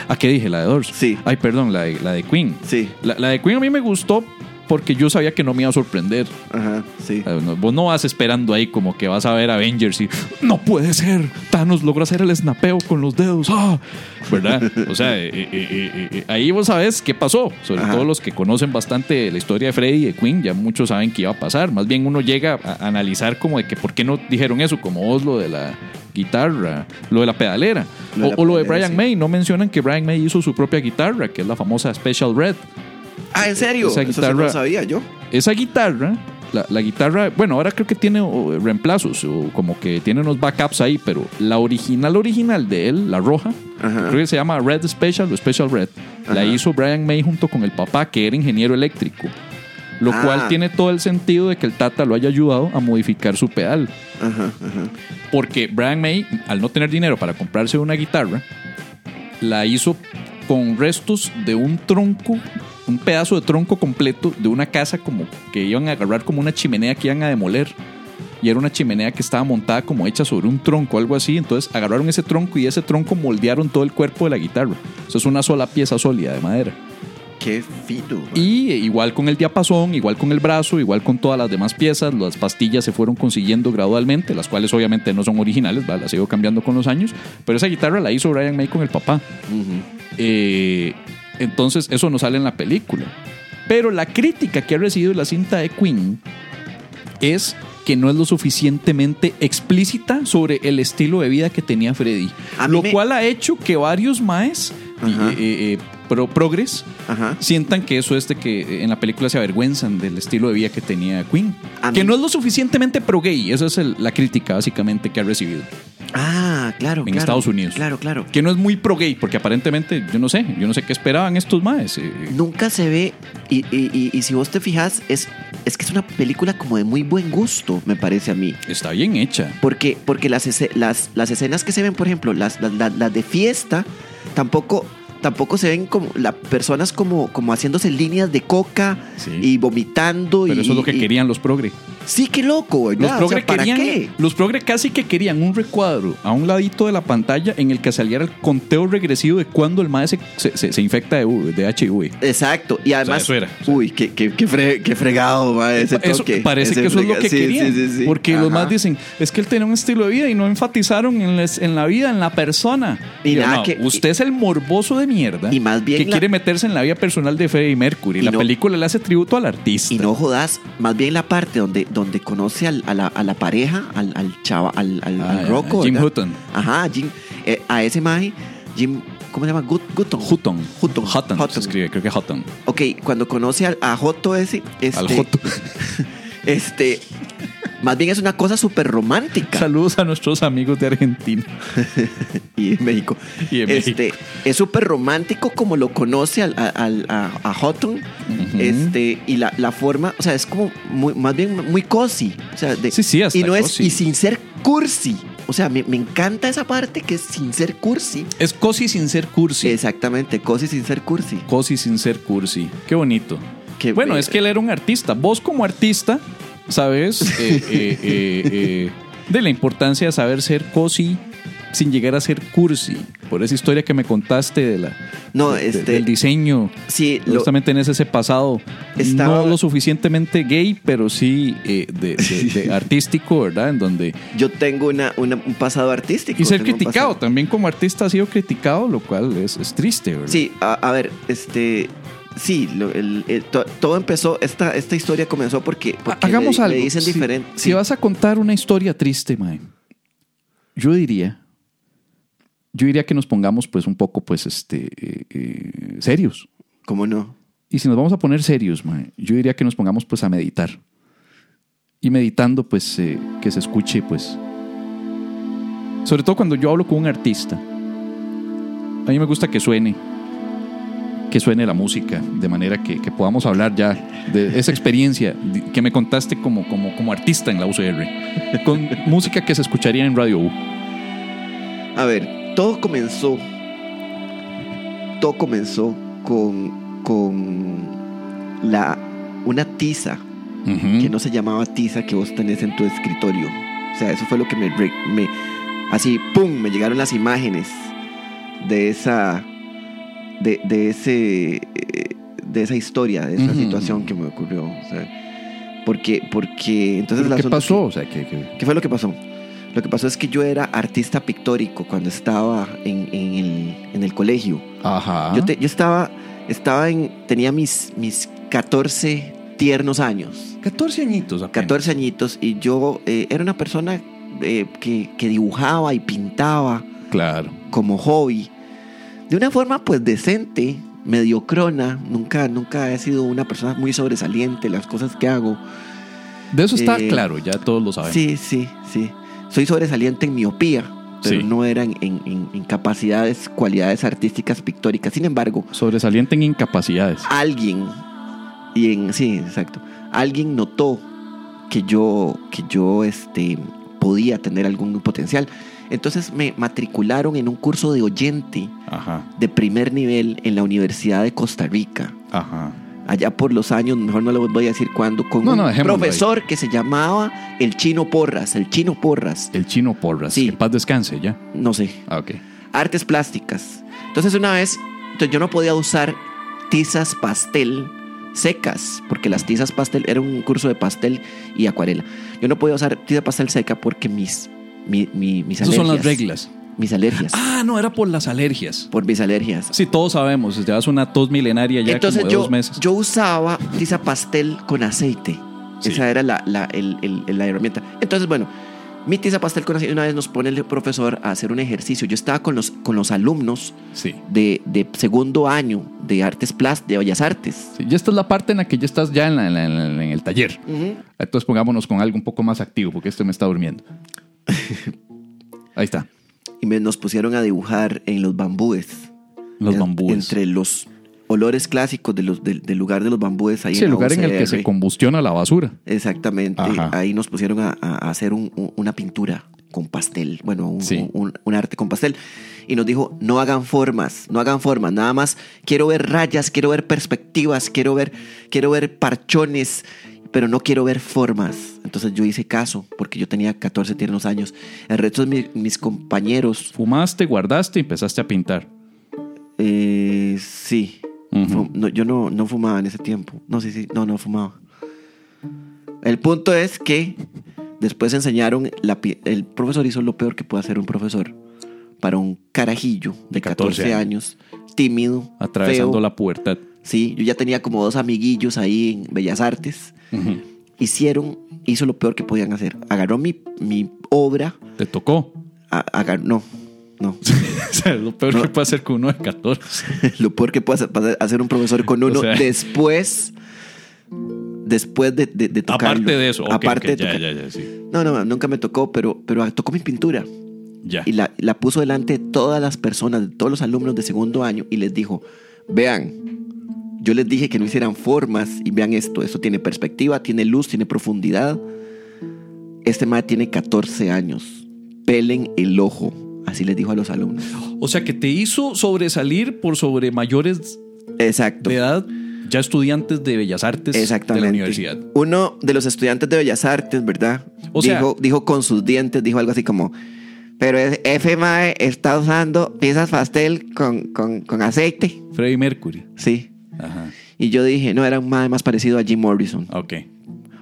A: ¿A qué dije? ¿La de Doors?
B: Sí.
A: Ay, perdón, la de, la de Queen.
B: Sí.
A: La, la de Queen a mí me gustó porque yo sabía que no me iba a sorprender.
B: Ajá, sí.
A: O sea, Ah, no- Vos no vas esperando ahí como que vas a ver Avengers y no puede ser, Thanos logró hacer el snapeo con los dedos, ¡ah! ¿verdad? O sea, eh, eh, eh, eh, eh, ahí vos sabés qué pasó, sobre
B: Ajá.
A: todo los que conocen bastante la historia de Freddy y de Queen, ya muchos saben qué iba a pasar, más bien uno llega a analizar como de que por qué no dijeron eso, como vos lo de la guitarra, lo de la pedalera,
B: Lo de
A: o,
B: la
A: o lo de
B: pedalera,
A: Brian
B: sí.
A: May, no mencionan que Brian May hizo su propia guitarra, que es la famosa Special Red.
B: Ah, ¿en serio?
A: esa
B: Eso sí no
A: guitarra-
B: lo sabía yo.
A: Esa guitarra, la, la guitarra, bueno, ahora creo que tiene o, reemplazos, o como que tiene unos backups ahí, pero la original, original de él, la roja,
B: Ajá.
A: creo que se llama Red Special o Special Red,
B: Ajá.
A: la hizo Brian May junto con el papá, que era ingeniero eléctrico. Lo
B: Ah.
A: cual tiene todo el sentido de que el Tata lo haya ayudado a modificar su pedal.
B: Ajá, ajá.
A: Porque Brian May, al no tener dinero para comprarse una guitarra, la hizo con restos de un tronco, un pedazo de tronco completo de una casa como que iban a agarrar como una chimenea que iban a demoler. Y era una chimenea que estaba montada como hecha sobre un tronco, algo así. Entonces agarraron ese tronco y de ese tronco moldearon todo el cuerpo de la guitarra. Eso es una sola pieza sólida de madera.
B: Qué fino. man.
A: Y eh, igual con el diapasón, igual con el brazo, igual con todas las demás piezas, las pastillas se fueron consiguiendo gradualmente, las cuales obviamente no son originales, ¿va? las sigo cambiando con los años, pero esa guitarra la hizo Brian May con el papá.
B: Ujú.
A: Eh, entonces eso no sale en la película. Pero la crítica que ha recibido la cinta de Queen es que no es lo suficientemente explícita sobre el estilo de vida que tenía Freddy.
B: A mí
A: Lo
B: me-
A: cual ha hecho que varios maes y,
B: Ajá.
A: eh, eh, eh, pro progres
B: Ajá.
A: sientan que eso es de que eh, en la película se avergüenzan del estilo de vida que tenía Queen.
B: A
A: que
B: mí-
A: no es lo suficientemente pro gay. Esa es el- la crítica básicamente que ha recibido.
B: Ah, claro.
A: En
B: claro.
A: Estados Unidos.
B: Claro, claro.
A: Que no es muy pro gay, porque aparentemente yo no sé, yo no sé qué esperaban estos maes. eh,
B: Nunca se ve, y, y- y- y si vos te fijas, es, es que es una película como de muy buen gusto, me parece a mí.
A: Está bien hecha.
B: Porque, porque las, esce- las, las escenas que se ven, por ejemplo, las, las, las- las de fiesta, tampoco, tampoco se ven como las personas como, como haciéndose líneas de coca
A: Sí.
B: y vomitando.
A: Pero
B: y-
A: eso es lo que
B: y-
A: querían los progre.
B: Sí, qué loco, ¿verdad?
A: Los
B: O sea,
A: progre
B: ¿Para
A: querían-
B: qué?
A: los progre casi que querían un recuadro a un ladito de la pantalla en el que saliera el conteo regresivo de cuando el maes se, se- se- se infecta de, U- de HIV.
B: Exacto, y además.
A: eso era.
B: Uy, qué, qué, qué, fre- qué fregado, va, ese
A: Eso-
B: toque.
A: parece
B: ese
A: que eso es lo
B: frega-
A: que
B: sí,
A: querían.
B: sí, sí, sí.
A: Porque los
B: Ajá.
A: más dicen, es que él tenía un estilo de vida y no enfatizaron en, les- en la vida, en la persona.
B: Y
A: Digo,
B: nada
A: no,
B: que-
A: usted es el morboso de mierda
B: Y más bien
A: que
B: la-
A: quiere meterse en la vida personal de Freddie Mercury.
B: Y
A: la
B: no-
A: película le hace tributo al artista.
B: Y no jodas, más bien la parte donde, donde conoce al- a, la, a la pareja, al, al chava, al, al,
A: Ah,
B: al roco.
A: Jim
B: ¿verdad?
A: Hutton.
B: Ajá, Jim, eh, a ese maje, Jim, ¿cómo se llama? Gut- Gutton.
A: Hutton.
B: Hutton.
A: Hutton.
B: Hutton.
A: Se escribe, creo que Hutton.
B: Ok, cuando conoce al, a Joto ese, este,
A: Al Hutton.
B: este, más bien es una cosa súper romántica.
A: Saludos a nuestros amigos de Argentina.
B: y en México.
A: Y en
B: este,
A: México.
B: Es súper romántico como lo conoce al, al- al- a, a Houghton.
A: Ujú.
B: este, y la, la forma, o sea, es como muy, más bien muy cozy. O sea, de-
A: Sí, sí, hasta
B: y, no es,
A: cozy.
B: y sin ser cursi. O sea, me, me encanta esa parte que es sin ser cursi.
A: Es cosi sin ser cursi.
B: Exactamente, cozy sin ser cursi.
A: Cosi sin ser cursi. Qué bonito.
B: Qué
A: bueno,
B: be-
A: es que él era un artista. Vos como artista, ¿sabes? Eh, eh, eh, eh, de la importancia de saber ser cosi sin llegar a ser cursi. Por esa historia que me contaste de la,
B: No,
A: de-
B: este-
A: del diseño.
B: Sí, lo-
A: Justamente en ese, ese pasado.
B: Estaba-
A: No lo suficientemente gay, pero sí eh, de, de- de artístico, ¿verdad? En donde.
B: Yo tengo una, una- un pasado artístico.
A: Y ser
B: tengo un
A: criticado.
B: pasado.
A: También como artista ha sido criticado, lo cual es, es triste, ¿verdad?
B: Sí, a, a ver, este. Sí, lo- el- el- to- todo empezó. Esta, esta historia comenzó porque. porque
A: Hagamos
B: le,
A: algo.
B: le dicen
A: si,
B: diferente.
A: si vas a contar una historia triste, mae, yo diría. Yo diría que nos pongamos, pues, un poco, pues, este. eh, eh, serios.
B: ¿Cómo no?
A: Y si nos vamos a poner serios, mae, yo diría que nos pongamos pues a meditar. Y meditando, pues eh, que se escuche, pues. Sobre todo cuando yo hablo con un artista. A mí me gusta que suene. Que suene la música, de manera que, que podamos hablar ya de esa experiencia di- que me contaste como, como, como artista en la UCR. Con música que se escucharía en Radio U.
B: A ver, todo comenzó. Todo comenzó con. con la. una tiza
A: Ujú.
B: que no se llamaba tiza que vos tenés en tu escritorio. O sea, eso fue lo que me, re- me- así, ¡pum! Me llegaron las imágenes de esa, de, de ese, eh, de esa historia, de esa
A: Ujú.
B: situación que me ocurrió. O sea, porque, porque, entonces
A: ¿Pero
B: el
A: ¿Qué
B: asunto es que-
A: pasó? O sea, que, que-
B: ¿Qué fue lo que pasó? Lo que pasó es que yo era artista pictórico cuando estaba en, en el, en el colegio.
A: Ajá.
B: Yo, te- yo estaba, estaba en, tenía mis, mis 14 tiernos años.
A: 14 añitos. apenas.
B: 14 añitos y yo eh, era una persona eh, que, que dibujaba y pintaba
A: Claro.
B: como hobby de una forma pues decente, mediocrona, nunca, nunca he sido una persona muy sobresaliente, las cosas que hago.
A: De eso está
B: Eh,
A: claro, ya todos lo saben.
B: Sí, sí, sí. Soy sobresaliente en miopía, pero
A: Sí.
B: no eran en, en- en capacidades, cualidades artísticas, pictóricas. Sin embargo,
A: Sobresaliente en incapacidades.
B: alguien y en sí exacto alguien notó que yo que yo este podía tener algún potencial entonces me matricularon en un curso de oyente
A: Ajá,
B: de primer nivel en la universidad de Costa Rica
A: ajá.
B: allá por los años mejor no les voy a decir cuándo con
A: No,
B: un
A: no, dejémoslo
B: profesor que se llamaba el chino Porras el chino Porras
A: El chino Porras.
B: Sí.
A: En paz descanse, ya.
B: no sé
A: Ah, ok.
B: artes plásticas. Entonces una vez entonces, yo no podía usar tizas pastel secas, porque las tizas pastel era un curso de pastel y acuarela. Yo no podía usar tiza pastel seca porque mis, mi, mi- mis
A: Esas
B: alergias.
A: son las reglas.
B: Mis alergias.
A: Ah, no, era por las alergias.
B: Por mis alergias.
A: Sí, todos sabemos. Ya es una tos milenaria ya
B: Entonces
A: como de
B: yo,
A: dos meses.
B: yo usaba tiza pastel con aceite.
A: Sí.
B: Esa era la, la- el- el- la herramienta. Entonces, bueno, mi tiza pastel con aceite. Una vez nos pone el profesor a hacer un ejercicio. Yo estaba con los, con los alumnos
A: Sí.
B: de, de segundo año de artes plásticas, de bellas artes.
A: Sí, Ya esta es la parte en la que ya estás ya en, la- en la- en la- en el taller. Entonces pongámonos con algo un poco más activo, porque este me está durmiendo. Ahí está.
B: Y me, nos pusieron a dibujar en los bambúes.
A: Los
B: En-
A: bambúes.
B: Entre los olores clásicos de los, del, del lugar de los bambúes. Ahí
A: Sí,
B: en
A: el
B: la
A: lugar en el que
B: UCR.
A: se combustiona la basura.
B: Exactamente.
A: Ajá.
B: Ahí nos pusieron a, a hacer un- un- una pintura con pastel. Bueno, un,
A: Sí.
B: un- un arte con pastel. Y nos dijo, no hagan formas, no hagan formas. Nada más quiero ver rayas, quiero ver perspectivas, quiero ver, quiero ver parchones, pero no quiero ver formas. Entonces yo hice caso, porque yo tenía 14 tiernos años. El resto de mi- mis compañeros,
A: Fumaste, guardaste y empezaste a pintar.
B: eh, sí.
A: Ujú.
B: Fu- no, yo no, no fumaba en ese tiempo. No, sí, sí, no, no fumaba. El punto es que después enseñaron, la, pi- el profesor hizo lo peor que puede hacer un profesor para un carajillo de 14,
A: 14
B: años, tímido,
A: Atravesando
B: feo.
A: la puerta.
B: Sí, yo ya tenía como dos amiguillos ahí en Bellas Artes. Hicieron, hizo lo peor que podían hacer. Agarró mi, mi obra,
A: Te tocó.
B: a- agar- no, no.
A: O sea, lo peor que puede hacer con uno de 14.
B: lo peor que puede hacer- puede hacer un profesor con uno
A: O sea.
B: después después de, de, de tocarlo.
A: Aparte de eso. ok,
B: aparte
A: ok,
B: de
A: ya,
B: tocar-
A: ya, ya, sí.
B: no no nunca me tocó pero pero ah, tocó mi pintura
A: Ya.
B: y la, la puso delante de todas las personas de todos los alumnos de segundo año y les dijo vean yo les dije que no hicieran formas y vean esto esto tiene perspectiva tiene luz tiene profundidad este madre tiene 14 años pelen el ojo así les dijo a los alumnos
A: O sea, que te hizo sobresalir por sobre mayores
B: exacto
A: de edad, ya estudiantes de Bellas Artes
B: Exactamente.
A: de la universidad.
B: Uno de los estudiantes de Bellas Artes, ¿verdad?
A: O sea-
B: dijo, dijo con sus dientes, dijo algo así como,
E: Pero es- F Mae está usando piezas pastel con, con, con aceite.
A: Freddie Mercury.
B: Sí.
A: Ajá.
B: Y yo dije, no, era un mae más parecido a Jim Morrison.
A: Ok.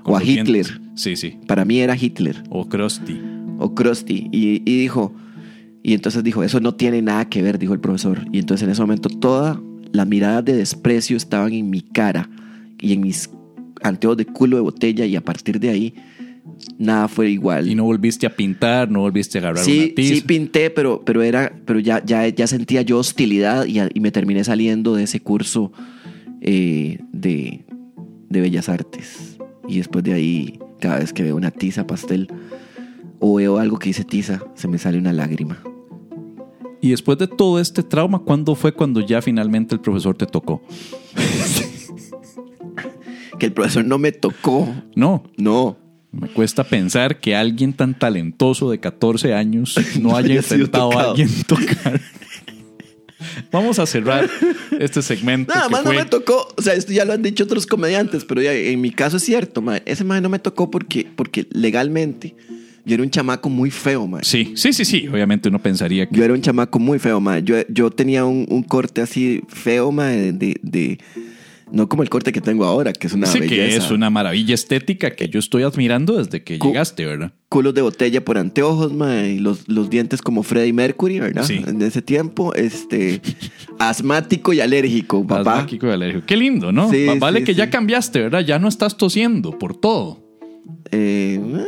B: O a
A: los dientes.
B: Hitler.
A: Sí, sí.
B: Para mí era Hitler
A: O Krusty.
B: o Krusty. Y, y dijo, y entonces dijo, eso no tiene nada que ver, dijo el profesor. Y entonces en ese momento todas las miradas de desprecio estaban en mi cara y en mis anteojos de culo de botella. Y a partir de ahí, nada fue igual.
A: Y no volviste a pintar, no volviste a agarrar
B: Sí,
A: una tiza.
B: sí pinté, pero, pero, era, pero ya, ya, ya sentía yo hostilidad y, a- y me terminé saliendo de ese curso eh, de, de Bellas Artes. Y después de ahí, cada vez que veo una tiza pastel o veo algo que dice tiza, se me sale una lágrima.
A: Y después de todo este trauma, ¿cuándo fue cuando ya finalmente el profesor te tocó?
B: Que el profesor no me tocó.
A: No.
B: No.
A: Me cuesta pensar que alguien tan talentoso de 14 años no haya
B: haya sido
A: intentado a
B: tocado.
A: alguien tocar. Vamos a cerrar este segmento.
B: Nada
A: que
B: más no
A: fue-
B: me tocó. O sea, esto ya lo han dicho otros comediantes, pero ya, en mi caso es cierto, mae. Ese mae no me tocó porque, porque legalmente yo era un chamaco muy feo, mae.
A: Sí, sí, sí, sí. Obviamente uno pensaría que
B: Yo era un chamaco muy feo, ma. Yo, yo tenía un, un corte así feo, ma, de, de- de- No como el corte que tengo ahora, que es una
A: sí que
B: belleza.
A: es una maravilla estética que yo estoy admirando desde que
B: Cu-
A: llegaste, ¿verdad?
B: Culos de botella por anteojos, ma, y los, los dientes como Freddie Mercury, ¿verdad?
A: Sí.
B: En ese tiempo, este... asmático y alérgico, papá.
A: Asmático y alérgico. Qué lindo, ¿no?
B: Sí,
A: Va- vale
B: sí,
A: que ya
B: sí.
A: cambiaste, ¿verdad? Ya no estás tosiendo por todo.
B: Eh, eh,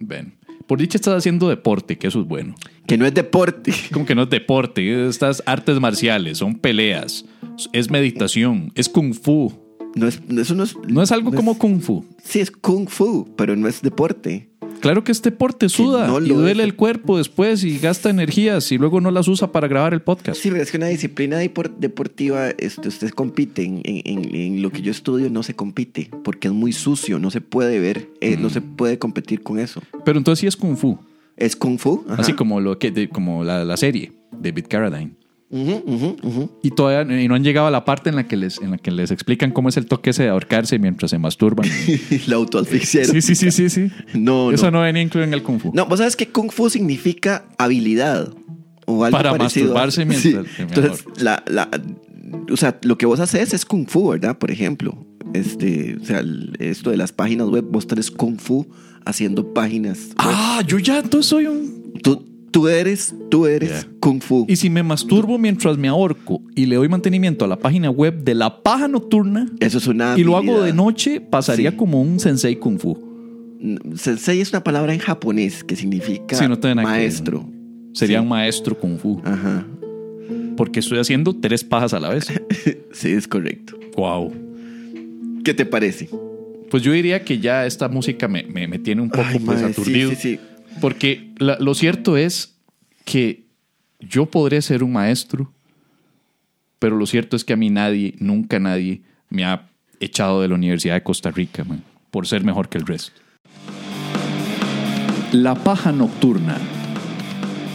A: Ven. Por dicha estás haciendo deporte, que eso es bueno.
B: que no es deporte.
A: Como que no es deporte, estas artes marciales, son peleas, es meditación, es kung fu.
B: No es, eso no es...
A: No es algo como kung fu.
B: Sí, es kung fu, pero no es deporte.
A: Claro que es deporte, suda
B: no
A: y
B: lo
A: duele
B: es.
A: el cuerpo después y gasta energías y luego no las usa para grabar el podcast.
B: Sí, pero es que una disciplina depor- deportiva, este, ustedes compiten. En, en- en lo que yo estudio no se compite, porque es muy sucio, no se puede ver, eh, no se puede competir con eso.
A: Pero entonces sí es kung fu,
B: Es Kung Fu. ajá.
A: así como lo que de- como la, la serie David Carradine.
B: Ujú, ujú, ujú.
A: Y todavía y no han llegado a la parte en la que les en la que les explican cómo es el toque ese de ahorcarse mientras se masturban.
B: La autoasfixia.
A: Sí, sí, sí, sí, sí.
B: No,
A: Eso
B: no.
A: no venía incluido en el kung fu.
B: No, vos sabes que Kung Fu significa habilidad. O algo
A: Para
B: parecido a-
A: masturbarse mientras-
B: Sí, Entonces, la, la- o sea, lo que vos haces es Kung Fu, ¿verdad? Por ejemplo, este, o sea, el- esto de las páginas web, vos tenés Kung Fu haciendo páginas. web.
A: Ah, yo ya entonces soy un
B: Tú, tú eres, tú eres
A: Yeah.
B: Kung Fu.
A: Y si me masturbo mientras me ahorco y le doy mantenimiento a la página web de la paja nocturna
B: Eso es una.
A: y lo hago
B: habilidad.
A: de noche, pasaría
B: Sí.
A: como un sensei kung fu.
B: Sensei es una palabra en japonés que significa
A: Sí, no tiene nada que ver.
B: maestro.
A: Sería
B: Sí.
A: un maestro kung fu.
B: Ajá.
A: Porque estoy haciendo tres pajas a la vez.
B: Sí, es correcto.
A: wow.
B: ¿Qué te parece?
A: Pues yo diría que ya esta música me, me- me tiene un poco
B: Ay,
A: pues,
B: madre, sí,
A: aturdido.
B: sí, sí.
A: Porque la- lo cierto es que yo podré ser un maestro, pero lo cierto es que a mí nadie, nunca nadie, me ha echado de la Universidad de Costa Rica man, por ser mejor que el resto. La paja nocturna.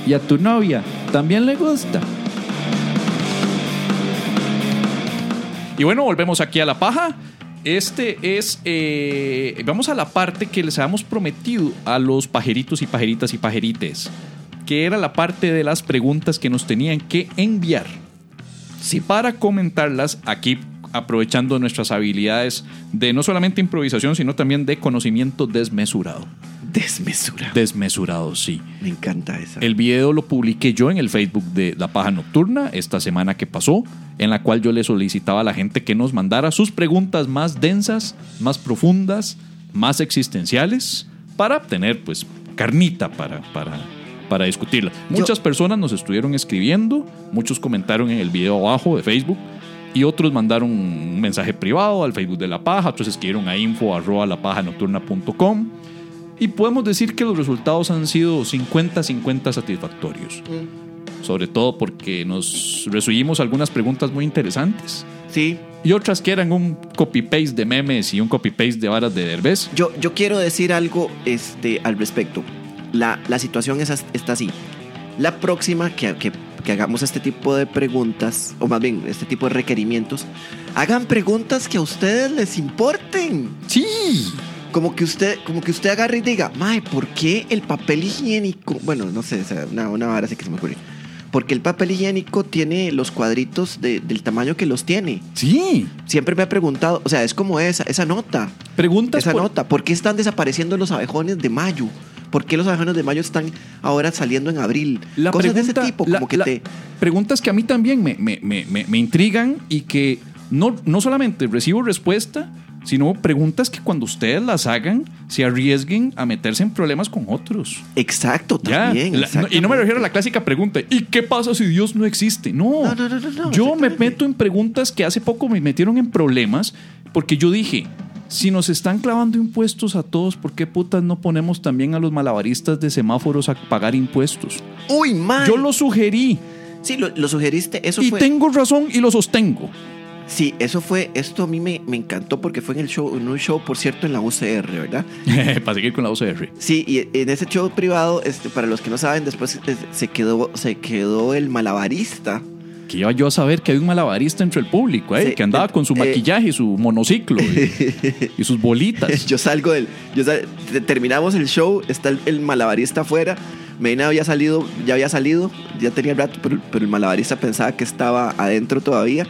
A: Y a tu novia también le gusta. Y bueno, volvemos aquí a la paja. Este es. eh, vamos a la parte que les habíamos prometido a los pajeritos y pajeritas y pajerites. Que era la parte de las preguntas que nos tenían que enviar. Sí. Para comentarlas aquí, aprovechando nuestras habilidades de no solamente improvisación, sino también de conocimiento desmesurado.
B: Desmesura.
A: Desmesurado, sí.
B: Me encanta esa.
A: El video lo publiqué yo en el Facebook de La Paja Nocturna esta semana que pasó, en la cual yo le solicitaba a la gente que nos mandara sus preguntas más densas, más profundas, más existenciales, para obtener pues carnita para, para, para discutirla. Muchas personas nos estuvieron escribiendo, muchos comentaron en el video abajo de Facebook. Y otros mandaron un mensaje privado al Facebook de La Paja, otros escribieron a info arroba lapajanocturna.com. Y podemos decir que los resultados han sido 50-50 satisfactorios.
B: Mm.
A: Sobre todo porque nos recibimos algunas preguntas muy interesantes
B: Sí,
A: y otras que eran un copy-paste de memes y un copy-paste de varas de Derbez.
B: yo, yo quiero decir algo este, al respecto. La, la situación es as- está así. La próxima que, que- que hagamos este tipo de preguntas, o más bien este tipo de requerimientos, hagan preguntas que a ustedes les importen.
A: Sí,
B: Como que usted, como que usted agarre y diga, mae, ¿por qué el papel higiénico? Bueno, no sé, o sea, una, una vara sí que se me ocurrió. Porque el papel higiénico tiene los cuadritos de- del tamaño que los tiene.
A: Sí.
B: Siempre me ha preguntado, o sea, es como esa, esa nota.
A: Preguntas
B: Esa
A: por-
B: nota, ¿por qué están desapareciendo los abejones de mayo? ¿Por qué los abejones de mayo están ahora saliendo en abril?
A: La
B: Cosas de
A: pregunta-
B: ese tipo,
A: la-
B: como que
A: la-
B: te...
A: Preguntas que a mí también me, me- me- me- me intrigan y que no, no solamente recibo respuesta, sino preguntas que cuando ustedes las hagan se arriesguen a meterse en problemas con otros.
B: Exacto,
A: Ya.
B: también.
A: La- no- y no me refiero a la clásica pregunta, ¿y qué pasa si Dios no existe? No,
B: No, no, no, no, no,
A: yo me
B: exactamente.
A: meto en preguntas que hace poco me metieron en problemas porque yo dije, si nos están clavando impuestos a todos, ¿por qué putas no ponemos también a los malabaristas de semáforos a pagar impuestos?
B: Uy, mae.
A: Yo lo sugerí
B: Sí, lo, lo sugeriste, eso
A: y
B: fue...
A: tengo razón y lo sostengo.
B: Sí, eso fue, esto a mí me, me encantó porque fue en el show, en un show, por cierto, en la UCR, ¿verdad?
A: Para seguir con la UCR.
B: Sí, y en ese show privado, este, para los que no saben, después eh, se quedó, se quedó el malabarista.
A: Que iba yo a saber que hay un malabarista entre el público, ¿eh?
B: Sí,
A: que andaba
B: eh,
A: con su
B: eh.
A: maquillaje, su monociclo eh, y, y sus bolitas.
B: Yo salgo del, yo sal- te- terminamos el show, está el, el malabarista afuera. Medina había salido, ya había salido, ya tenía el rato, pero, pero el malabarista pensaba que estaba adentro todavía.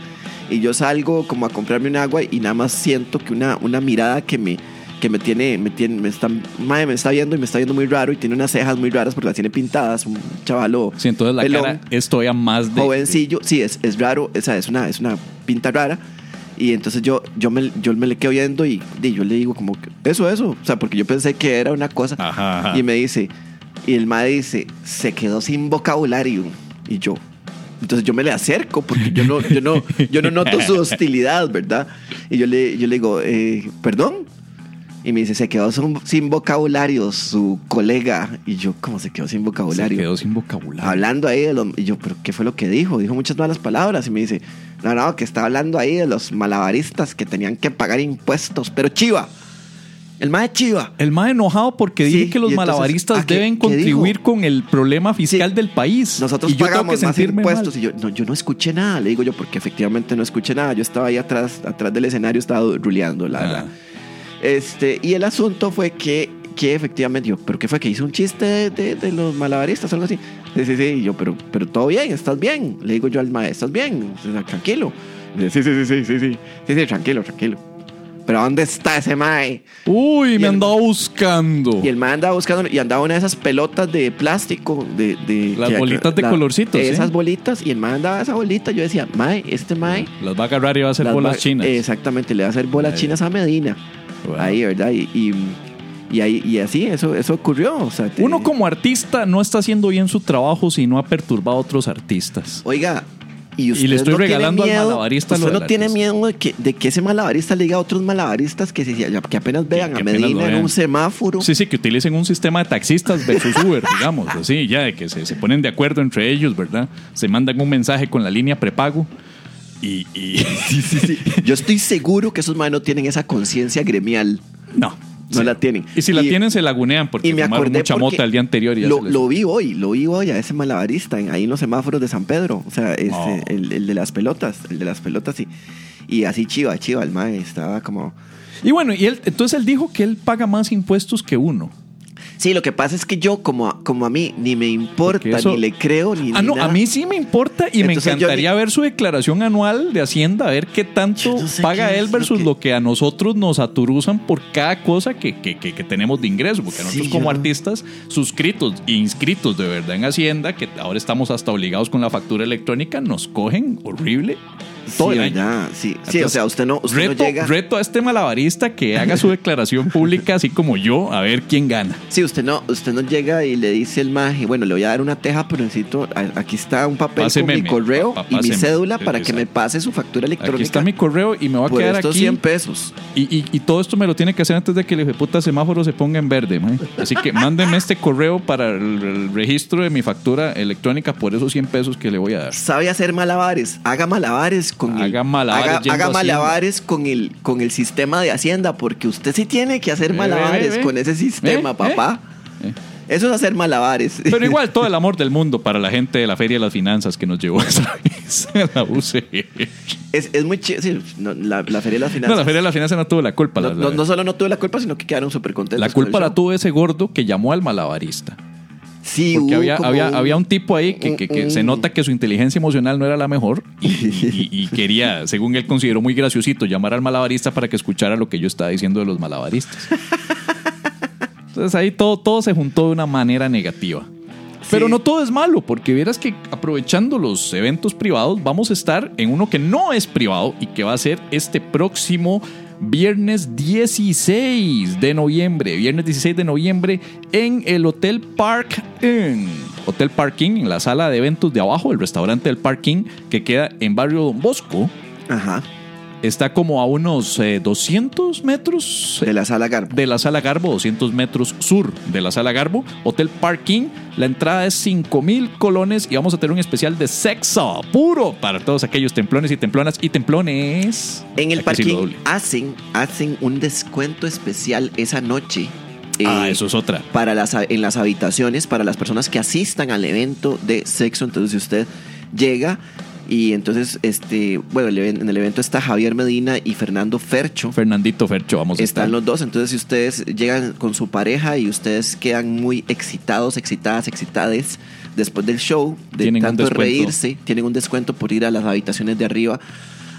B: Y yo salgo como a comprarme un agua y nada más siento que una, una mirada que me, que me tiene, me tiene, me está, madre, me está viendo y me está viendo muy raro y tiene unas cejas muy raras porque las tiene pintadas, un chavalo.
A: Sí, entonces la
B: pelón
A: cara es todavía más de.
B: jovencillo, sí, es, es raro, o sea, es una, es una pinta rara. Y entonces yo, yo, me, yo me le quedo viendo y, y yo le digo como, que, eso, eso, o sea, porque yo pensé que era una cosa.
A: Ajá, ajá.
B: Y me dice, y el madre dice, se quedó sin vocabulario. Y yo, entonces yo me le acerco porque yo no, yo no, yo no noto su hostilidad, ¿verdad? Y yo le, yo le digo, "Eh, perdón. Y me dice, se quedó sin, sin vocabulario su colega. Y yo, ¿cómo se quedó sin
A: Se
B: vocabulario?
A: quedó sin vocabulario.
B: hablando ahí de los... Y yo, ¿pero qué fue lo que dijo? Dijo muchas malas palabras. Y me dice, no, no, que estaba hablando ahí de los malabaristas que tenían que pagar impuestos. Pero chiva, el más chiva.
A: El más enojado porque
B: Sí,
A: dije que los
B: y entonces,
A: malabaristas
B: ¿a qué-
A: deben
B: qué
A: contribuir
B: dijo?
A: con el problema fiscal
B: Sí.
A: del país.
B: Nosotros
A: y yo tengo
B: pagamos
A: que
B: más
A: sentirme
B: impuestos.
A: mal.
B: Y yo no, yo no escuché nada, le digo yo, porque efectivamente no escuché nada. Yo estaba ahí atrás, atrás del escenario, estaba ruleando, la
A: Ah.
B: verdad. Este, y el asunto fue que, que efectivamente, yo, ¿pero qué fue? Que hizo un chiste de, de- de los malabaristas o algo así. Sí, sí, sí. Y yo, pero, pero todo bien, estás bien. Le digo yo al maestro, estás bien, O sea, tranquilo. Sí, sí, sí, sí, sí, sí. Sí, sí, tranquilo, tranquilo. Pero ¿dónde está ese mae?
A: Uy, me
B: el-
A: andaba buscando.
B: Y el man andaba buscando y andaba una de esas pelotas de plástico. De, de-
A: Las bolitas de colorcitos, ¿sí?
B: Esas bolitas. Y el man andaba esa bolita. Yo decía, Mae, este Mae.
A: Las va a agarrar y va a hacer
B: las
A: bolas
B: va-
A: chinas.
B: Exactamente, le va a hacer bolas
A: Ahí.
B: chinas a Medina.
A: Wow.
B: Ahí, ¿verdad? Y, y, y ahí, y así, eso, eso ocurrió. o sea, te-
A: Uno como artista no está haciendo bien su trabajo si no ha perturbado a otros artistas.
B: Oiga. Y, usted
A: le estoy
B: no tiene
A: regalando al
B: miedo-
A: malabarista lo
B: Usted
A: del
B: no tiene
A: artista.
B: miedo de que, de que ese malabarista le diga a otros malabaristas que, se- que apenas vean
A: que
B: a
A: apenas lo
B: Medina en
A: vean.
B: un semáforo.
A: Sí, sí, que utilicen un sistema de taxistas versus Uber, digamos, así, ya, de que se, se ponen de acuerdo entre ellos, ¿verdad? Se mandan un mensaje con la línea prepago y... y-
B: Yo estoy seguro que esos maes no tienen esa conciencia gremial.
A: no.
B: No la tienen.
A: Y si la
B: Y-
A: tienen, se lagunean porque
B: y me
A: tomaron
B: acordé
A: mucha
B: porque
A: mota el día anterior y ya
B: lo,
A: se les-
B: lo vi hoy, lo vi hoy a ese malabarista en, ahí en los semáforos de San Pedro. O sea, este,
A: Oh.
B: el, el de las pelotas, el de las pelotas y, y así chiva, chiva, el mae estaba como...
A: Y bueno, y él, entonces él dijo que él paga más impuestos que uno.
B: Sí, lo que pasa es que yo como a, como a mí ni me importa,
A: Porque eso-
B: ni le creo, ni...
A: Ah,
B: ni
A: no,
B: nada.
A: a mí sí me importa y me
B: Entonces yo
A: encantaría
B: ni-
A: ver su declaración anual de Hacienda, a ver qué tanto
B: Yo no sé
A: paga
B: qué es
A: él
B: lo
A: versus
B: que-
A: lo que... a nosotros nos aturuzan por cada cosa que, que- que- que tenemos de ingreso, porque
B: Sí,
A: nosotros
B: yo
A: como
B: no-
A: artistas suscritos e inscritos de verdad en Hacienda, que ahora estamos hasta obligados con la factura electrónica, nos cogen horrible todo
B: Sí,
A: el año.
B: ¿verdad? Sí, sí, o
A: Entonces,
B: sea, usted no, usted
A: reto,
B: no llega...
A: reto a este malabarista que haga su declaración pública, así como yo, a ver quién gana.
B: Sí, usted no, usted no llega y le dice el maje, bueno, le voy a dar una teja, pero necesito, a- aquí está un papel
A: Páseme
B: con mi
A: mi-
B: correo
A: pa- pa-
B: y mi
A: páseme.
B: cédula para que
A: Exacto.
B: me pase su factura electrónica.
A: Aquí está mi correo y me va a
B: por
A: quedar
B: estos
A: aquí.
B: 100 pesos.
A: Y, y- y todo esto me lo tiene que hacer antes de que el puta semáforo se ponga en verde. mae. Así que mándenme este correo para el, el registro de mi factura electrónica por esos 100 pesos que le voy a dar.
B: sabe hacer malabares, haga malabares con el,
A: Haga malabares
B: haga-
A: yendo
B: haga
A: a Hacienda.
B: malabares con el con el sistema de Hacienda, porque usted sí tiene que hacer
A: Ve, ve,
B: malabares
A: ve, ve.
B: con ese sistema,
A: Ve,
B: papá.
A: ve. Eh.
B: Eso es hacer malabares.
A: Pero igual, todo el amor del mundo para la gente de la Feria de las Finanzas que nos llevó esa vez a la UCR.
B: Es, es muy chido. sí, no, la, la Feria de las
A: No,
B: Finanzas.
A: la Feria de las Finanzas no tuvo la culpa.
B: No,
A: la-
B: no-
A: la-
B: no solo no tuve la culpa, sino que quedaron súper contentos.
A: la
B: con
A: culpa
B: el
A: la
B: show.
A: tuvo ese gordo que llamó al malabarista.
B: Sí,
A: Porque
B: hubo
A: había,
B: como
A: había, había un tipo ahí que, que- que
B: un-
A: se nota que su inteligencia emocional no era la mejor y, y- y quería, según él consideró muy graciosito, llamar al malabarista para que escuchara lo que yo estaba diciendo de los malabaristas. Entonces ahí todo, todo se juntó de una manera negativa. Pero
B: Sí.
A: no todo es malo, porque vieras que aprovechando los eventos privados, vamos a estar en uno que no es privado y que va a ser este próximo viernes 16 de noviembre. Viernes 16 de noviembre en el Hotel Park Inn. Hotel Parking, en la sala de eventos de abajo, el restaurante del Parking, que queda en Barrio Don Bosco.
B: Ajá.
A: Está como a unos eh, 200 metros
B: De la sala Garbo.
A: de la Sala Garbo, 200 metros sur de la Sala Garbo, Hotel Parking. La entrada es 5 mil colones y vamos a tener un especial de sexo puro para todos aquellos templones y templonas y templones.
B: En el
A: Hay que decirlo
B: parking
A: doble.
B: hacen, hacen un descuento especial esa noche. eh,
A: ah, eso es otra.
B: para las, en las habitaciones, para las personas que asistan al evento de sexo. Entonces, si usted llega y entonces, este, bueno, el even- en el evento está Javier Medina y Fernando Fercho.
A: Fernandito Fercho, vamos a estar.
B: Están los dos, entonces si ustedes llegan con su pareja y ustedes quedan muy excitados, excitadas, excitades después del show, de
A: Tienen un
B: tanto
A: descuento.
B: reírse, tienen un descuento por ir a las habitaciones de arriba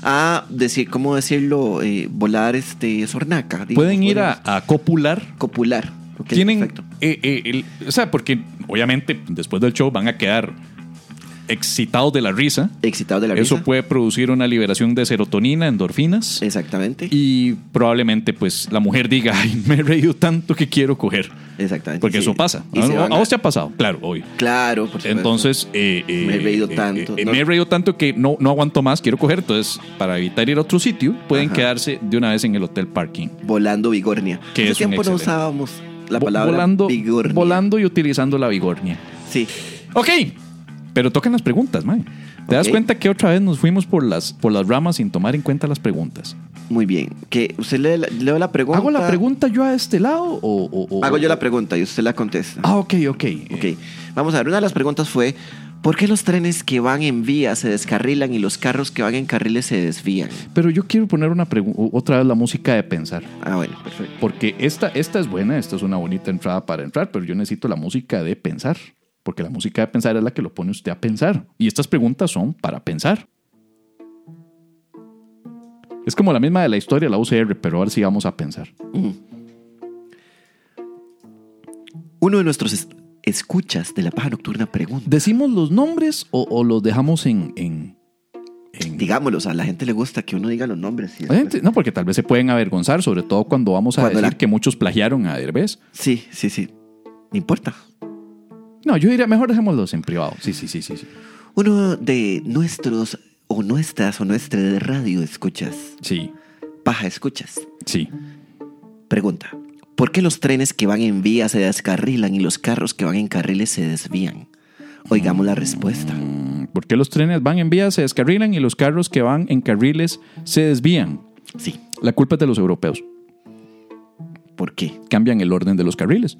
B: a decir, ¿cómo decirlo? Eh, volar este sornaca. digamos,
A: Pueden ir
B: podríamos-
A: a, a copular.
B: copular. Ok,
A: Tienen,
B: perfecto.
A: eh, eh, el- o sea, porque obviamente después del show van a quedar excitados de la risa.
B: excitados de la
A: Eso
B: risa.
A: puede producir una liberación de serotonina, endorfinas.
B: Exactamente.
A: Y probablemente pues la mujer diga, ay, me he reído tanto que quiero coger.
B: Exactamente.
A: Porque
B: sí.
A: eso pasa.
B: Y
A: ¿A,
B: se
A: a-
B: van
A: a
B: a-
A: vos te ha pasado? Claro, obvio.
B: Claro, por supuesto.
A: Entonces, eh, eh,
B: Me he reído
A: eh,
B: tanto.
A: eh, eh,
B: No-
A: me he reído tanto que no, no aguanto más, quiero coger. Entonces, para evitar ir a otro sitio, pueden
B: Ajá.
A: quedarse de una vez en el hotel parking.
B: volando vigornia.
A: Que
B: Hace
A: es un
B: tiempo no
A: excelente.
B: usábamos la
A: Vo-
B: palabra
A: volando,
B: vigornia.
A: volando y utilizando la vigornia.
B: Sí.
A: Ok, pero tocan las preguntas, Mae. ¿Te das
B: Ok.
A: cuenta que otra vez nos fuimos por las, por las ramas sin tomar en cuenta las preguntas?
B: Muy bien. Que usted le la, leo la pregunta.
A: ¿Hago la pregunta yo a este lado o...? o- o-
B: Hago yo la pregunta y usted la contesta.
A: Ah, ok, ok.
B: Ok. Vamos a ver. Una de las preguntas fue: ¿Por qué los trenes que van en vía se descarrilan y los carros que van en carriles se desvían?
A: Pero yo quiero poner una pregu- otra vez la música de pensar.
B: Ah, bueno, perfecto.
A: Porque esta, esta es buena, esta es una bonita entrada para entrar, pero yo necesito la música de pensar. Porque la música de pensar es la que lo pone usted a pensar. Y estas preguntas son para pensar. Es como la misma de la historia de la UCR, pero ahora sí vamos a pensar.
B: Uno de nuestros es- escuchas de la paja nocturna pregunta.
A: ¿Decimos los nombres o, o los dejamos en... en, en-
B: Digámoslos, a la gente le gusta que uno diga los nombres. y
A: La
B: después-
A: gente- No, porque tal vez se pueden avergonzar, sobre todo cuando vamos a
B: Cuando
A: decir
B: la-
A: que muchos plagiaron a Derbez.
B: Sí, sí, sí. No importa.
A: No, yo diría, mejor dejémoslos en privado. Sí, sí, sí, sí. Sí,
B: Uno de nuestros o nuestras o nuestras radio escuchas,
A: sí.
B: paja escuchas,
A: sí.
B: pregunta. ¿Por qué los trenes que van en vía se descarrilan y los carros que van en carriles se desvían? Oigamos la respuesta.
A: Mm, ¿Por qué los trenes van en vías se descarrilan y los carros que van en carriles se desvían?
B: Sí,
A: La culpa es de los europeos.
B: ¿por qué?
A: Cambian el orden de los carriles.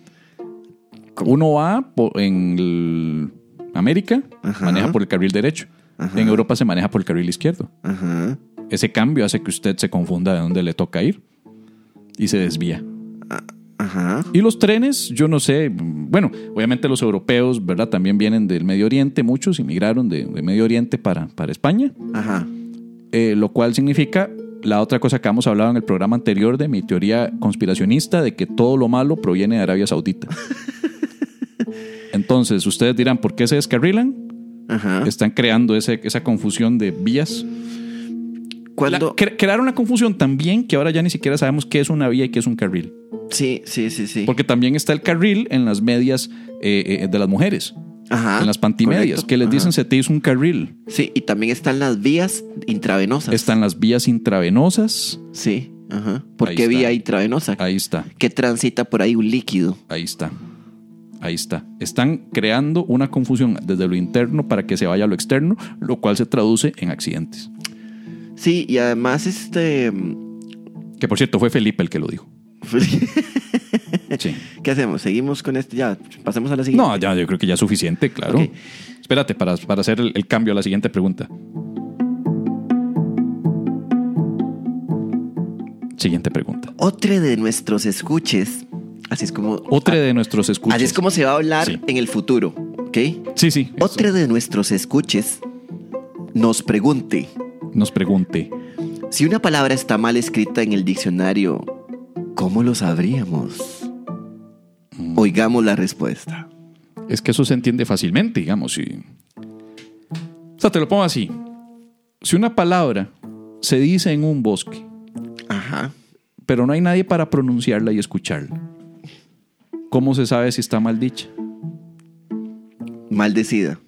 B: ¿Cómo?
A: Uno va po- en el- América,
B: Ajá.
A: maneja por el carril derecho.
B: Ajá.
A: En Europa se maneja por el carril izquierdo.
B: Ajá.
A: Ese cambio hace que usted se confunda de dónde le toca ir y se desvía.
B: Ah, Ajá.
A: Y los trenes, yo no sé, bueno, obviamente los europeos, ¿verdad? También vienen del Medio Oriente, muchos inmigraron de, de Medio Oriente para, para España,
B: Ajá.
A: eh, lo cual significa la otra cosa que hemos hablado en el programa anterior de mi teoría conspiracionista de que todo lo malo proviene de Arabia Saudita. Entonces, ustedes dirán, ¿por qué se descarrilan?
B: Ajá.
A: Están creando ese- esa confusión de vías.
B: Cuando-
A: La- cre- crearon una confusión tan bien que ahora ya ni siquiera sabemos qué es una vía y qué es un carril.
B: Sí, sí, sí, sí.
A: Porque también está el carril en las medias eh, eh, de las mujeres,
B: Ajá.
A: en las pantimedias,
B: Ah, correcto.
A: que les
B: Ajá.
A: dicen se te hizo un carril.
B: Sí, y también están las vías intravenosas.
A: Están las vías intravenosas.
B: Sí, ajá. ¿Por
A: Ahí
B: qué
A: está.
B: vía intravenosa?
A: Ahí está,
B: Que transita por ahí un líquido.
A: ahí está, ahí está. Están creando una confusión desde lo interno para que se vaya a lo externo, lo cual se traduce en accidentes.
B: Sí, y además este...
A: Que por cierto, fue Felipe el que lo dijo. Sí.
B: ¿Qué hacemos? ¿Seguimos con este? Ya, pasemos a la siguiente.
A: No, ya, yo creo que ya es suficiente, claro.
B: Ok.
A: Espérate, para, para hacer el, el cambio a la siguiente pregunta. Siguiente pregunta.
B: Otra de nuestros escuches, así es como...
A: Otra de nuestros escuchas.
B: Ah. Así es como se va a hablar
A: Sí.
B: en el futuro, ¿ok?
A: Sí, sí. eso.
B: Otra de nuestros escuches nos pregunte
A: Nos pregunte.
B: si una palabra está mal escrita en el diccionario, ¿cómo lo sabríamos?
A: Mm.
B: Oigamos la respuesta.
A: Es que eso se entiende fácilmente, digamos. Y... O sea, te lo pongo así. Si una palabra se dice en un bosque,
B: Ajá.
A: pero no hay nadie para pronunciarla y escucharla, ¿cómo se sabe si está mal dicha?
B: Maldecida.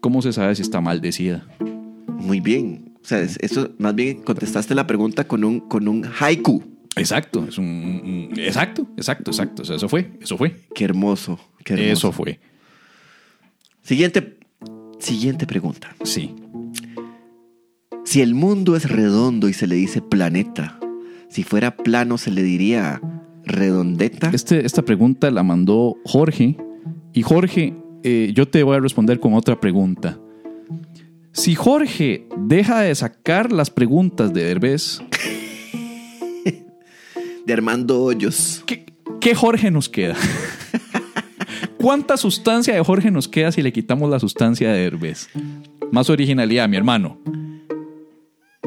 A: ¿Cómo se sabe si está maldecida?
B: Muy bien. O sea, es- eso más bien contestaste la pregunta con un, con un haiku.
A: Exacto, es un, un- un- exacto, exacto, exacto. O sea, eso fue, eso fue,
B: Qué hermoso. Qué hermoso.
A: eso fue.
B: Siguiente, siguiente pregunta.
A: Sí.
B: Si el mundo es redondo y se le dice planeta, si fuera plano se le diría redondeta.
A: Este, esta pregunta la mandó Jorge y Jorge, eh, yo te voy a responder con otra pregunta. Si Jorge deja de sacar las preguntas de Derbez,
B: De Armando Hoyos.
A: ¿qué, qué Jorge nos queda? ¿Cuánta sustancia de Jorge nos queda si le quitamos la sustancia de Derbez? Más originalidad, mi hermano.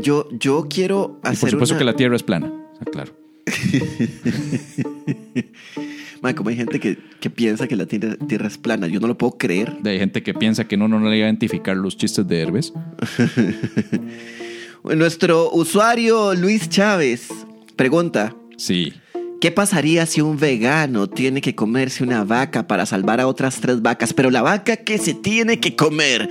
B: Yo, yo quiero
A: Y
B: hacer
A: por supuesto
B: una-
A: que la Tierra es plana. Ah, Claro.
B: Mae, como hay gente que, que piensa que la tierra, tierra es plana. Yo no lo puedo creer.
A: Hay gente que piensa que no, no, no le iba a identificar los chistes de Derbez.
B: Nuestro usuario Luis Chávez pregunta:
A: Sí.
B: ¿Qué pasaría si un vegano tiene que comerse una vaca para salvar a otras tres vacas? Pero la vaca que se tiene que comer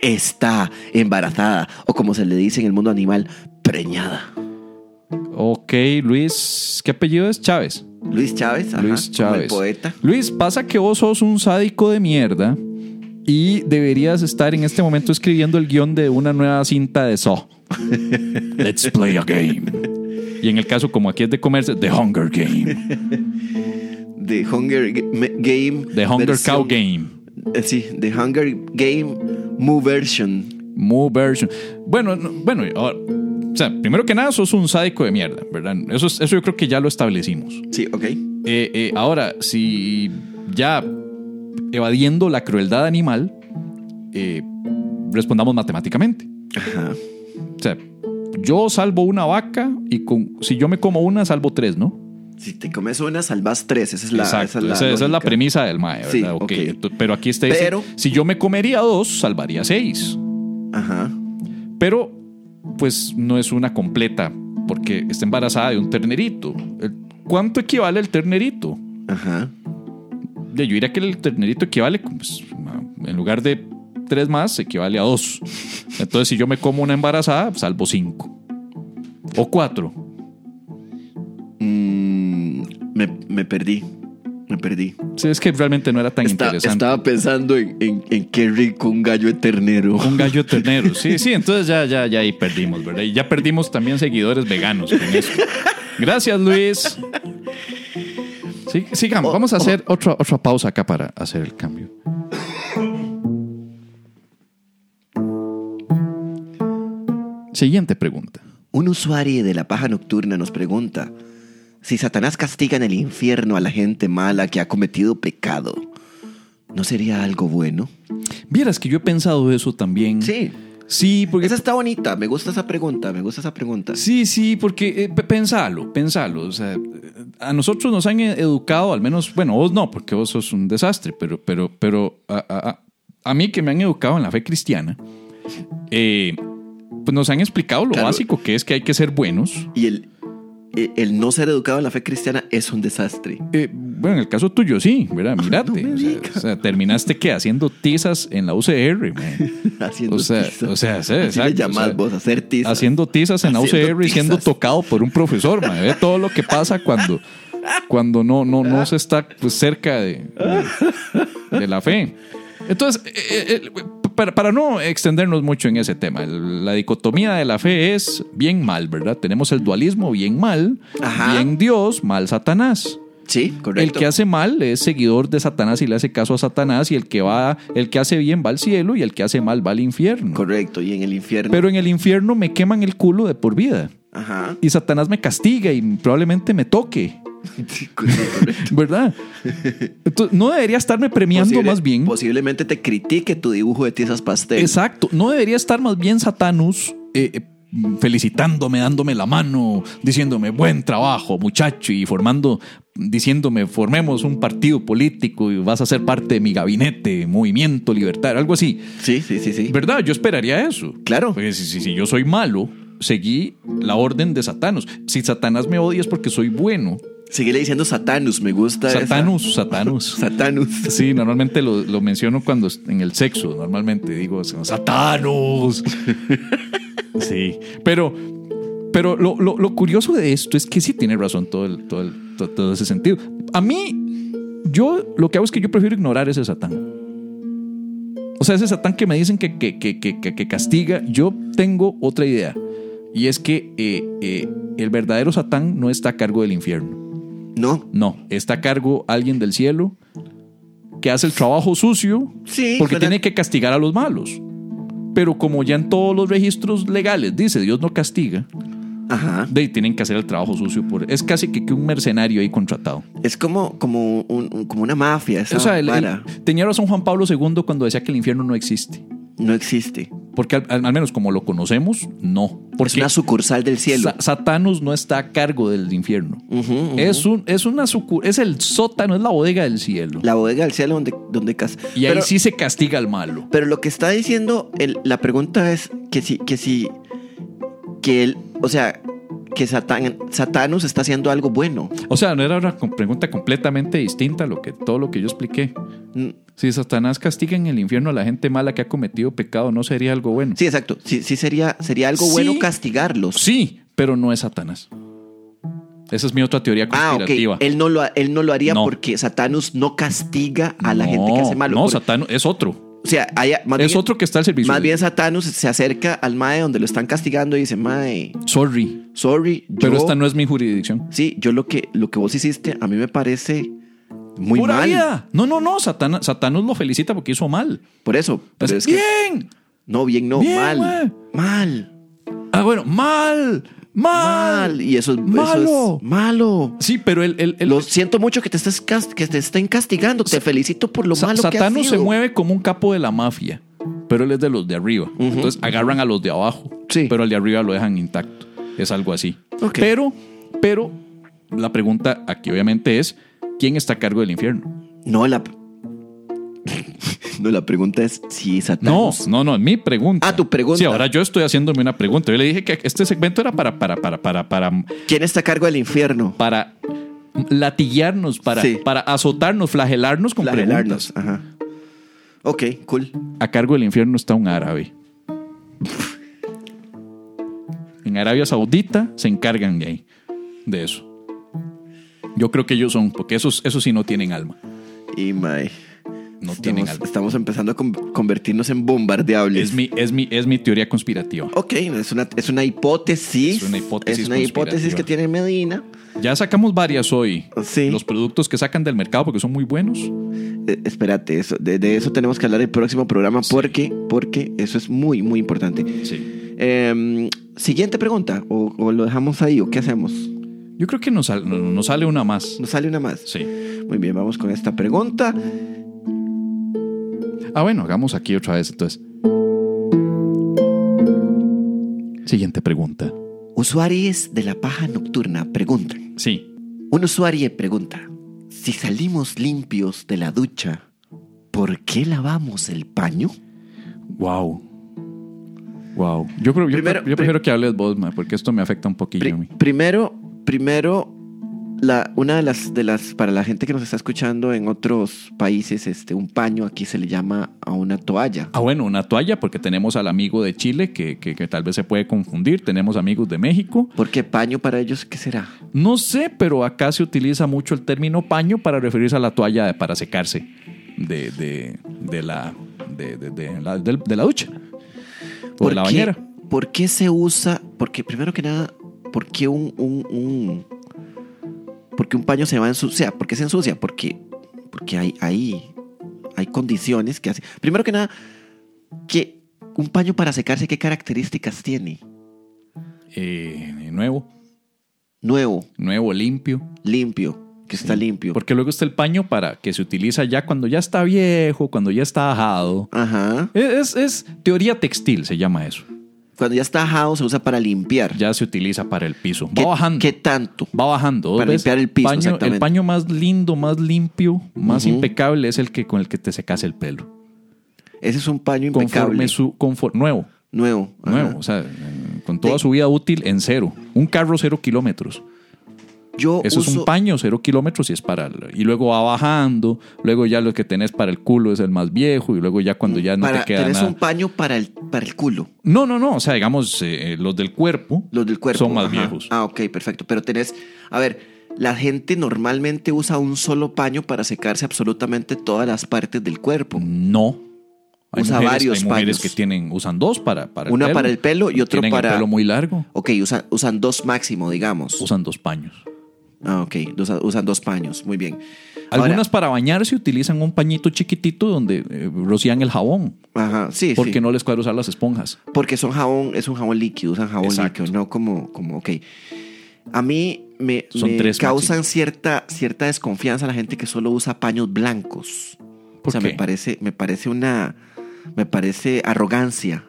B: está embarazada, o como se le dice en el mundo animal, preñada.
A: Ok, Luis. ¿Qué apellido es? Chávez.
B: Luis Chávez, ajá,
A: Luis
B: como
A: Chávez.
B: el poeta.
A: Luis, pasa que vos sos un sádico de mierda y deberías estar en este momento escribiendo el guión de una nueva cinta de Saw. Let's play a game. Y en el caso, como aquí es de comerse, The Hunger Game.
B: The Hunger G- Me- Game.
A: The Hunger
B: versión-
A: Cow Game.
B: Eh, sí, The Hunger Game Movie Version.
A: Mu version. Bueno, no- bueno, ahora, o sea, primero que nada, sos un sádico de mierda, ¿verdad? Eso, es- eso yo creo que ya lo establecimos.
B: Sí, ok.
A: Eh, eh, ahora, si ya evadiendo la crueldad animal, eh, respondamos matemáticamente.
B: Ajá.
A: O sea, yo salvo una vaca y con, si yo me como una, salvo tres, ¿no?
B: Si te comes una, salvas tres. Esa es la,
A: Exacto.
B: esa es la,
A: esa, esa es la
B: lógica.
A: premisa del MAE, ¿verdad?
B: Sí,
A: Ok,
B: ok.
A: ento- Pero aquí está. dice,
B: Pero-
A: si yo me comería dos, salvaría seis.
B: Ajá.
A: Pero, pues no es una completa, porque está embarazada de un ternerito. El- ¿Cuánto equivale el ternerito?
B: Ajá.
A: De- Yo diría que el ternerito equivale, pues, a- en lugar de tres más, equivale a dos. Entonces, si yo me como una embarazada, salvo cinco. O cuatro.
B: Mm, me, me perdí. Me perdí.
A: Sí, es que realmente no era tan
B: Está-
A: interesante.
B: estaba pensando en, en- en qué rico un gallo de ternero.
A: Un gallo ternero. Sí, sí, entonces ya, ya, ya ahí perdimos, ¿verdad? Y ya perdimos también seguidores veganos con esto. Gracias, Luis. Sí, sigamos, vamos a hacer otra, otra pausa acá para hacer el cambio. Siguiente pregunta.
B: Un usuario de la paja nocturna nos pregunta si Satanás castiga en el infierno a la gente mala que ha cometido pecado. ¿No sería algo bueno?
A: Vieras que yo he pensado eso también.
B: Sí.
A: Sí, porque
B: Esa está bonita, me gusta esa pregunta, me gusta esa pregunta.
A: Sí, sí, porque eh, pe- pensalo, pensalo. O sea, eh, a nosotros nos han e- educado, al menos, bueno, vos no, porque vos sos un desastre, pero, pero, pero a, a- a- a mí que me han educado en la fe cristiana, eh, pues nos han explicado lo
B: Claro.
A: básico que es que hay que ser buenos.
B: Y el, el- el no ser educado en la fe cristiana es un desastre.
A: Eh, bueno, en el caso tuyo sí, ¿verdad? Mírate.
B: Ah, me
A: o, sea,
B: digas.
A: o sea, terminaste que haciendo tizas en la UCR, man.
B: Haciendo
A: O sea,
B: tiza.
A: o sea, sí,
B: Así le
A: exacto,
B: llamás
A: o sea,
B: vos, hacer tiza.
A: haciendo tizas en la
B: Haciendo
A: UCR y siendo
B: tizas.
A: tocado por un profesor, mae. Ve todo lo que pasa cuando, cuando no, no, no se está pues, cerca de, de- de la fe. Entonces, eh, eh, eh, para, para no extendernos mucho en ese tema, el- la dicotomía de la fe es bien mal, ¿verdad? Tenemos el dualismo bien mal,
B: Ajá.
A: bien Dios, mal Satanás.
B: Sí, correcto.
A: El que hace mal es seguidor de Satanás y le hace caso a Satanás y el que va, el que hace bien va al cielo y el que hace mal va al infierno.
B: Correcto, y en el infierno.
A: Pero en el infierno me queman el culo de por vida
B: Ajá.
A: y Satanás me castiga y probablemente me toque,
B: Sí, correcto.
A: ¿verdad? Entonces, no debería estarme premiando
B: Posible-
A: más bien.
B: Posiblemente te critique tu dibujo de tiesas pastel.
A: Exacto, no debería estar más bien Satanus eh, eh, felicitándome, dándome la mano, diciéndome buen trabajo, muchacho, y formando, diciéndome formemos un partido político y vas a ser parte de mi gabinete, movimiento libertario, algo así.
B: Sí, sí, sí, sí.
A: ¿Verdad? Yo esperaría eso.
B: Claro.
A: Porque si, si- si yo soy malo, seguí la orden de Satanus. Si Satanás me odia es porque soy bueno.
B: Síguele diciendo Satanus, me gusta. esa.
A: Satanus, Satanus.
B: Satanus.
A: Sí, normalmente lo, lo menciono cuando es- en el sexo, normalmente digo Satanus. sí, pero, pero lo, lo- lo curioso de esto es que sí tiene razón todo, el- todo, el- to- todo ese sentido. A mí, yo lo que hago es que yo prefiero ignorar ese Satán. O sea, ese Satán que me dicen que, que, que- que- que- que castiga, yo tengo otra idea. Y es que eh, eh, el verdadero Satán no está a cargo del infierno.
B: No.
A: No, está a cargo alguien del cielo que hace el trabajo sucio
B: Sí, pues,
A: porque
B: suena-
A: tiene que castigar a los malos. Pero como ya en todos los registros legales dice Dios no castiga,
B: Ajá.
A: de ahí tienen que hacer el trabajo sucio. Por, es casi que, que un mercenario ahí contratado.
B: Es como, como, un- un- como una mafia. Esa
A: o sea, el- el-
B: vara.
A: tenía razón Juan Pablo II cuando decía que el infierno no existe.
B: No existe.
A: Porque al, al- al menos como lo conocemos, no.
B: Es
A: Porque
B: una sucursal del cielo.
A: Sa- Satanus no está a cargo del infierno. Es, un, es, una sucu- es el sótano, es la bodega del cielo.
B: La bodega del cielo donde, donde cas-
A: y ahí
B: Pero-
A: sí se castiga al malo.
B: Pero lo que está diciendo, el- la pregunta es que si, que si, que él, o sea, que Satán, Satanus está haciendo algo bueno.
A: O sea, no era una com- pregunta completamente distinta a lo que todo lo que yo expliqué.
B: Mm,
A: Si Satanás castiga en el infierno a la gente mala que ha cometido pecado, ¿no sería algo bueno?
B: Sí, exacto. Sí, sí sería, sería algo
A: Sí.
B: bueno castigarlos.
A: Sí, pero no es Satanás. Esa es mi otra teoría
B: Ah, ok.
A: conspirativa.
B: Él no lo, ha- él no lo haría
A: No.
B: porque Satanus no castiga a la
A: No,
B: gente que hace malo.
A: No,
B: Por-
A: Satanus es otro.
B: o sea, hay- más
A: Es
B: bien-
A: otro que está al servicio.
B: Más
A: de-
B: bien Satanus se acerca al Mae donde lo están castigando y dice, Mae,
A: Sorry,
B: sorry,
A: pero
B: yo-
A: esta no es mi jurisdicción.
B: Sí, yo lo que, lo que vos hiciste a mí me parece muy
A: ¡Pura
B: mal.
A: vida! No, no, no. Satana- Satanus lo felicita porque hizo mal.
B: Por eso. Pero
A: Es-
B: es que,
A: ¡Bien!
B: no, bien, no,
A: Bien,
B: mal.
A: güey.
B: Mal.
A: Ah, bueno, mal. Mal.
B: Mal. Y eso, es- eso
A: Malo.
B: es malo.
A: Sí, pero el, el, el-
B: Lo siento mucho que te, estés cas- que te estén castigando. Te felicito por lo
A: Sa-
B: malo que has
A: Satanus se
B: sido.
A: mueve como un capo de la mafia, pero él es de los de arriba. Entonces agarran a los de abajo,
B: Sí.
A: pero al de arriba lo dejan intacto. Es algo así.
B: Ok.
A: Pero, pero la pregunta aquí obviamente es, ¿quién está a cargo del infierno?
B: No, la... no, la pregunta es si
A: No,
B: Satanus...
A: no, no, es mi pregunta.
B: Ah, tu pregunta.
A: Sí, ahora yo estoy haciéndome una pregunta. Yo le dije que este segmento era para, para, para, para, para,
B: ¿Quién está a cargo del infierno?
A: para latillarnos, para,
B: Sí.
A: para azotarnos, flagelarnos con
B: Flagelarnos.
A: preguntas.
B: Ajá. Ok, cool.
A: A cargo del infierno está un árabe. En Arabia Saudita se encargan de, ahí, de eso. Yo creo que ellos son, porque esos, esos sí no tienen alma.
B: Y mae.
A: No tienen
B: Estamos,
A: alma.
B: estamos empezando a con- convertirnos en bombardeables.
A: Es mi, es, mi, es mi teoría conspirativa.
B: Ok, es una, es una
A: Es
B: hipótesis.
A: una hipótesis
B: Es una hipótesis
A: conspirativa.
B: que tiene Medina.
A: Ya sacamos varias hoy.
B: Sí.
A: Los productos que sacan del mercado porque son muy buenos.
B: Eh, espérate, eso, de, de eso tenemos que hablar el próximo programa porque, porque eso es muy, muy importante.
A: Sí.
B: Eh, siguiente pregunta, o, o lo dejamos ahí, o qué hacemos.
A: Yo creo que nos, sal- nos sale una más.
B: Nos sale una más.
A: Sí.
B: Muy bien, vamos con esta pregunta.
A: Ah, bueno, hagamos aquí otra vez entonces. Siguiente pregunta.
B: Usuarios de la paja nocturna preguntan.
A: Sí.
B: Un usuario pregunta, si salimos limpios de la ducha, ¿por qué lavamos el paño?
A: Wow. Wow. Yo, creo, yo,
B: Primero-
A: pre- yo prefiero que hables vos, ma, porque esto me afecta un poquillo
B: Pri-
A: a mí.
B: primero, primero la, una de las, de las, para la gente que nos está escuchando en otros países, este, un paño aquí se le llama a una toalla.
A: Ah, bueno, una toalla, porque tenemos al amigo de Chile que, que- que tal vez se puede confundir. Tenemos amigos de México.
B: Porque paño para ellos, ¿qué será?
A: No sé, pero acá se utiliza mucho el término paño para referirse a la toalla de- para secarse de, de- de la, de, de- de la, del- de la ducha o de la
B: qué-
A: bañera.
B: ¿Por qué se usa? Porque primero que nada, ¿por qué un, un, un, porque un paño se va a ensuciar, porque se ensucia, porque, porque hay, hay, hay condiciones que hacen. Primero que nada, que un paño para secarse, ¿qué características tiene?
A: Eh, nuevo,
B: Nuevo,
A: nuevo, limpio.
B: limpio, que está limpio.
A: Porque luego está el paño para que se utiliza ya cuando ya está viejo, cuando ya está ajado.
B: Ajá.
A: Es, es teoría textil, se llama eso.
B: Cuando ya está ajado, se usa para limpiar.
A: Ya se utiliza para el piso.
B: ¿Qué,
A: Va bajando.
B: qué tanto?
A: Va bajando. dos
B: Para
A: veces.
B: limpiar el piso,
A: Paño-
B: exactamente.
A: el paño más lindo, más limpio, más
B: Ujú.
A: impecable es el que con el que te secas el pelo.
B: Ese es un paño impecable.
A: Conforme su confort nuevo,
B: Nuevo. ajá.
A: nuevo, o sea, eh, con toda
B: Sí.
A: su vida útil en cero. Un carro cero kilómetros.
B: Yo
A: Eso es
B: uso-
A: un paño cero kilómetros y es para el- y luego va bajando. Luego ya lo que tenés para el culo es el más viejo y luego ya cuando ya no
B: para,
A: te queda
B: tenés
A: nada.
B: un paño para el, para el culo,
A: No, no, no. O sea, digamos eh, los del cuerpo.
B: los del cuerpo.
A: Son más
B: ajá.
A: viejos.
B: Ah, ok, perfecto. Pero tenés, a ver, la gente normalmente usa un solo paño para secarse absolutamente todas las partes del cuerpo.
A: Mm. No. Hay
B: Usa
A: mujeres,
B: varios
A: hay mujeres
B: paños.
A: que tienen, usan dos para, para
B: Una para el pelo y otro
A: Tienen
B: para-
A: el pelo muy largo.
B: Ok, usa- usan dos máximo, digamos.
A: Usan dos paños.
B: ah, ok, usa- usan dos paños, muy bien. Ahora-
A: Algunas para bañarse utilizan un pañito chiquitito donde eh, rocían el jabón.
B: Ajá, sí,
A: Porque
B: sí.
A: no les cuadra usar las esponjas.
B: Porque son jabón, es un jabón líquido, usan jabón
A: Exacto.
B: líquido, no como, como, ok. A mí me,
A: Son
B: me
A: tres
B: causan
A: máximo.
B: cierta, cierta desconfianza la gente que solo usa paños blancos.
A: ¿Por
B: o sea,
A: qué?
B: me parece, me parece una, me parece arrogancia.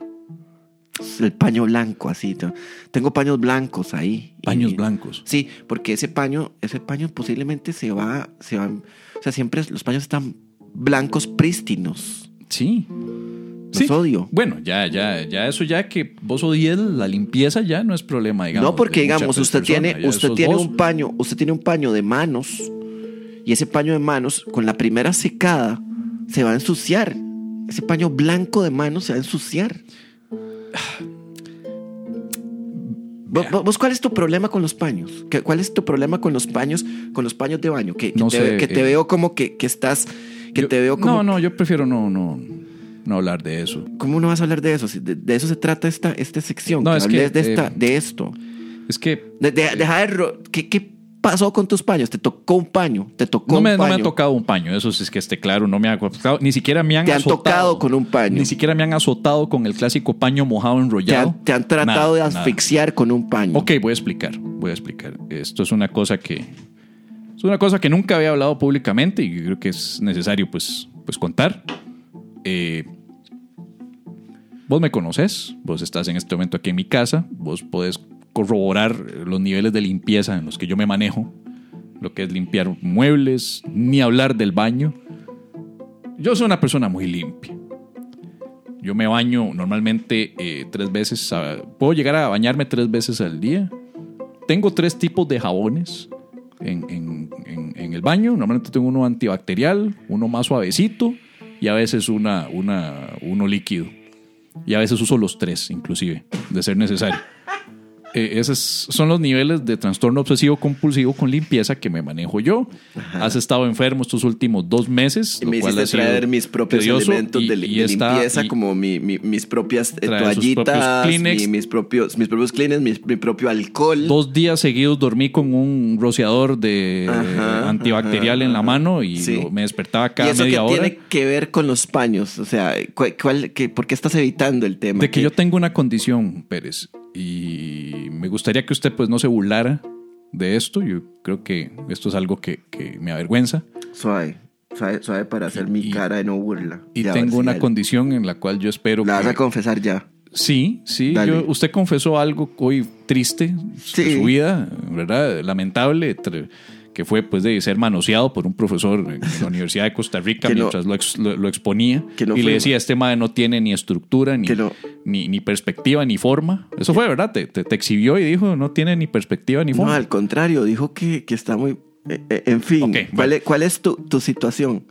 B: El paño blanco, así. ¿no? Tengo paños blancos ahí.
A: Paños
B: Y-
A: blancos.
B: Sí, porque ese paño, ese paño posiblemente se va, se va, o sea, siempre los paños están blancos prístinos.
A: Sí.
B: Los odio.
A: Bueno, ya, ya, ya, eso ya que vos odies la limpieza ya no es problema, digamos.
B: no, porque
A: de muchas
B: digamos, usted
A: personas.
B: tiene,
A: Ya
B: usted
A: esos
B: tiene
A: dos,
B: un paño, usted tiene un paño de manos y ese paño de manos con la primera secada se va a ensuciar. Ese paño blanco de manos se va a ensuciar. Vo-
A: Vea.
B: vo- ¿Vos cuál es tu problema con los paños? ¿Qué- ¿Cuál es tu problema con los paños, con los paños de baño? Que, que
A: No
B: te,
A: sé,
B: que te
A: eh.
B: veo como que, que estás, que
A: yo-
B: te veo como
A: No, no, yo prefiero no, no, no hablar de eso.
B: ¿Cómo no vas a hablar de eso? Si de, de eso se trata esta, esta sección.
A: No,
B: que
A: es que,
B: hables de, esta,
A: eh,
B: de esto.
A: Es que
B: De- de- deja de ro- ¿qué, qué pasó con tus paños? ¿Te tocó un paño? ¿Te tocó
A: no
B: un
A: me, no
B: paño?
A: me ha tocado un paño, eso sí es que esté claro, no me ha tocado, ni siquiera me han
B: Te han
A: azotado.
B: tocado con un paño.
A: Ni siquiera me han azotado con el clásico paño mojado
B: Te
A: enrollado.
B: han, te han
A: Nada,
B: tratado de
A: nada.
B: asfixiar con un paño.
A: Ok, voy a explicar, voy a explicar. Esto es una cosa que es una cosa que nunca había hablado públicamente y creo que es necesario pues, pues contar. Eh, vos me conoces, vos estás en este momento aquí en mi casa, vos podés corroborar los niveles de limpieza en los que yo me manejo, lo que es limpiar muebles, ni hablar del baño. Yo soy una persona muy limpia. Yo me baño normalmente eh, tres veces. a- puedo llegar a bañarme tres veces al día. Tengo tres tipos de jabones en, en- en- en el baño. Normalmente tengo uno antibacterial, uno más suavecito y a veces una, una, uno líquido. Y a veces uso los tres, inclusive, de ser necesario. Eh, esos son los niveles de trastorno obsesivo compulsivo con limpieza que me manejo yo. Has estado enfermo estos últimos dos meses.
B: Y me
A: lo cual
B: hiciste
A: ha sido
B: traer mis propios
A: tedioso
B: elementos
A: y-
B: de, li-
A: y
B: de
A: está-
B: limpieza,
A: y-
B: como mi- mi- mis propias eh,
A: Trae sus propios
B: toallitas,
A: Kleenex.
B: mi- mis propios, mis propios Kleenex, mis- mi propio alcohol.
A: dos días seguidos dormí con un rociador de
B: Ajá,
A: antibacterial
B: ajá,
A: en la
B: ajá.
A: mano y
B: Sí.
A: lo- me despertaba
B: ¿Y
A: cada
B: eso
A: media
B: qué
A: hora.
B: tiene que ver con los paños? O sea, ¿cuál, cuál- qué- ¿por qué estás evitando el tema?
A: De que
B: ¿Qué-
A: yo tengo una condición, Pérez, y me gustaría que usted pues no se burlara de esto. Yo creo que esto es algo que, que me avergüenza.
B: Suave, suave, suave para hacer mi
A: y-
B: cara de no burla.
A: Y
B: Ya,
A: tengo una
B: Marcial.
A: condición en la cual yo espero
B: La vas
A: que...
B: a confesar ya.
A: Sí, sí.
B: Dale.
A: yo- usted confesó algo hoy triste
B: Sí.
A: de su vida, ¿verdad? Lamentable, tre- que fue pues de ser manoseado por un profesor en la Universidad de Costa Rica
B: Que no-
A: mientras lo, ex- lo- lo exponía.
B: que no
A: y
B: fue-
A: le decía, este madre no tiene ni estructura, ni,
B: Que no-
A: ni, ni perspectiva, ni forma. Eso fue, ¿verdad? Te, te, te exhibió y dijo, no tiene ni perspectiva, ni
B: No,
A: forma.
B: al contrario, dijo que, que está muy... eh, eh, en fin,
A: Ok,
B: ¿cuál,
A: bueno.
B: es, cuál es tu, tu situación?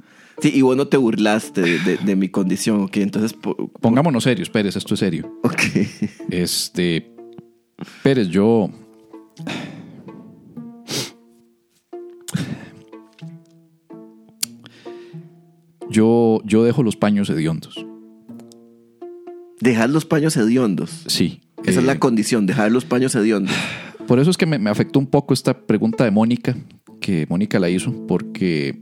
B: Sí, y vos no te burlaste de, de- de mi condición, ok, entonces... po-
A: Pongámonos serios, Pérez, esto es serio.
B: Ok,
A: Este. Pérez, yo. Yo, yo dejo los paños hediondos.
B: dejar los paños hediondos.
A: Sí.
B: Esa es
A: Eh,
B: la condición, dejar los paños hediondos.
A: Por eso es que me, me afectó un poco esta pregunta de Mónica, que Mónica la hizo porque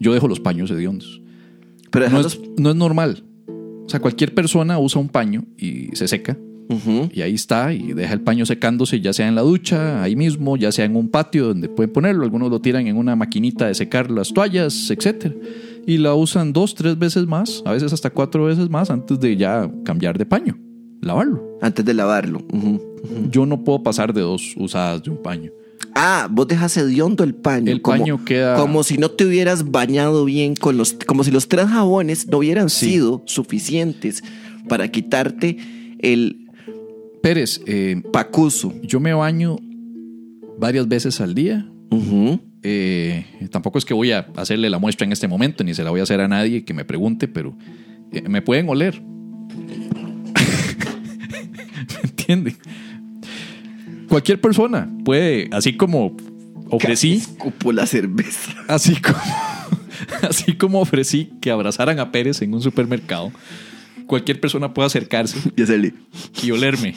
A: yo dejo los paños hediondos.
B: Pero
A: No
B: dejarlos-
A: es, no es normal. O sea, cualquier persona usa un paño y se seca.
B: Ujú.
A: Y ahí está, y deja el paño secándose, ya sea en la ducha, ahí mismo, ya sea en un patio donde pueden ponerlo. Algunos lo tiran en una maquinita de secar las toallas, etcétera Y la usan dos, tres veces más, a veces hasta cuatro veces más antes de ya cambiar de paño, lavarlo.
B: Antes de lavarlo. Ujú.
A: Yo no puedo pasar de dos usadas de un paño.
B: Ah, vos dejas hediondo el paño.
A: El paño queda-
B: Como si no te hubieras bañado bien con los... Como si los tres jabones no hubieran
A: Sí.
B: sido suficientes para quitarte el
A: Pérez, eh,
B: pacuso.
A: yo me baño varias veces al día.
B: Ujú.
A: Eh, tampoco es que voy a hacerle la muestra en este momento, ni se la voy a hacer a nadie que me pregunte, pero eh, me pueden oler. ¿Me entienden? Cualquier persona puede, así como ofrecí,
B: Escupo la cerveza.
A: así como, así como ofrecí que abrazaran a Pérez en un supermercado, cualquier persona puede acercarse
B: Y hacerle...
A: y olerme.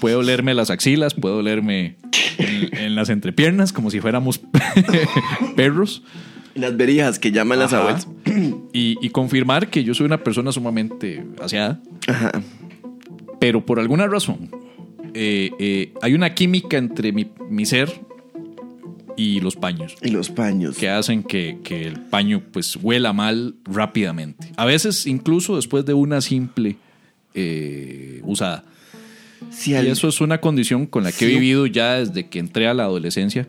A: Puedo olerme las axilas, puedo olerme en, en las entrepiernas, como si fuéramos perros.
B: Las berijas que llaman las
A: Ajá.
B: abuelas.
A: Y, y confirmar que yo soy una persona sumamente aseada. Pero por alguna razón, eh, eh, hay una química entre mi, mi ser y los paños
B: Y los paños.
A: que hacen que, que el paño pues huela mal rápidamente. A veces incluso después de una simple eh, usada.
B: Si, al-
A: Y eso es una condición con la que he
B: Sí.
A: vivido ya desde que entré a la adolescencia.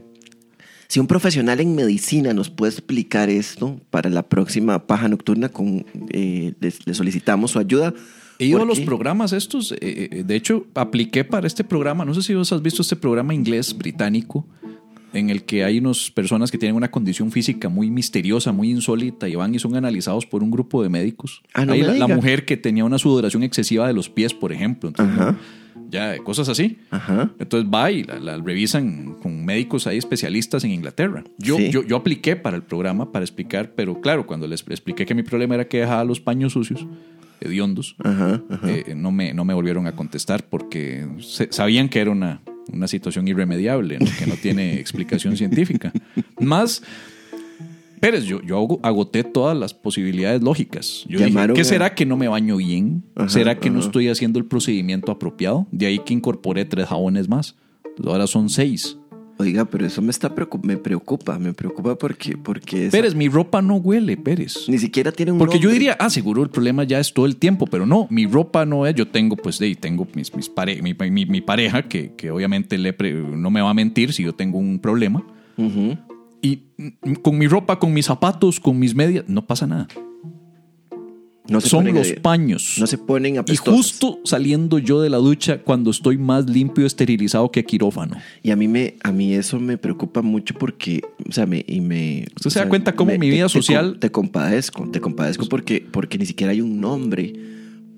B: si un profesional en medicina nos puede explicar esto para la próxima paja nocturna, con, eh, les- le solicitamos su ayuda.
A: He ido a
B: porque-
A: los programas estos. eh, eh, de hecho, apliqué para este programa. No sé si vos has visto este programa inglés británico en el que hay unas personas que tienen una condición física muy misteriosa, muy insólita, y van y son analizados por un grupo de médicos.
B: Ah, no
A: Hay
B: me
A: la, la
B: diga.
A: mujer que tenía una sudoración excesiva de los pies, por ejemplo. Entonces,
B: Ajá.
A: Ya, cosas así.
B: Ajá.
A: Entonces va y la, la revisan con médicos ahí especialistas en Inglaterra. Yo,
B: Sí.
A: yo, yo apliqué para el programa para explicar, pero claro, cuando les expliqué que mi problema era que dejaba los paños sucios, hediondos,
B: Ajá,
A: eh, no, me, no me volvieron a contestar porque se- sabían que era una, una situación irremediable, ¿no? que no tiene explicación científica. Más, Pérez, yo, yo ago- agoté todas las posibilidades lógicas. Yo dije,
B: Llamaron
A: ¿qué
B: a-
A: será que no me baño bien?
B: Ajá,
A: ¿Será que no
B: ajá.
A: estoy haciendo el procedimiento apropiado? De ahí que incorporé tres jabones más. Entonces, ahora son seis.
B: Oiga, pero eso me está preocu- me preocupa, me preocupa porque porque esa-
A: Pérez, mi ropa no huele, Pérez.
B: ni siquiera tiene un
A: Porque yo
B: nombre.
A: diría, ah, seguro el problema ya es todo el tiempo, pero no, mi ropa no es, yo tengo, pues, de, ahí, tengo mis, mis pare- mi, mi- mi pareja, que, que obviamente le pre- no me va a mentir si yo tengo un problema.
B: Ujú.
A: Y mm, con mi ropa, con mis zapatos, con mis medias, no pasa nada.
B: no se
A: Son
B: ponen
A: los
B: a-
A: paños.
B: No se ponen
A: y
B: apestosas.
A: justo saliendo yo de la ducha cuando estoy más limpio, esterilizado que quirófano.
B: Y a mí me a mí eso me preocupa mucho porque, o sea, me y me
A: ¿Usted
B: o
A: se da
B: sea,
A: cuenta cómo mi vida
B: te- te
A: social- Pues,
B: com- te, compadezco, te compadezco porque porque ni siquiera hay un nombre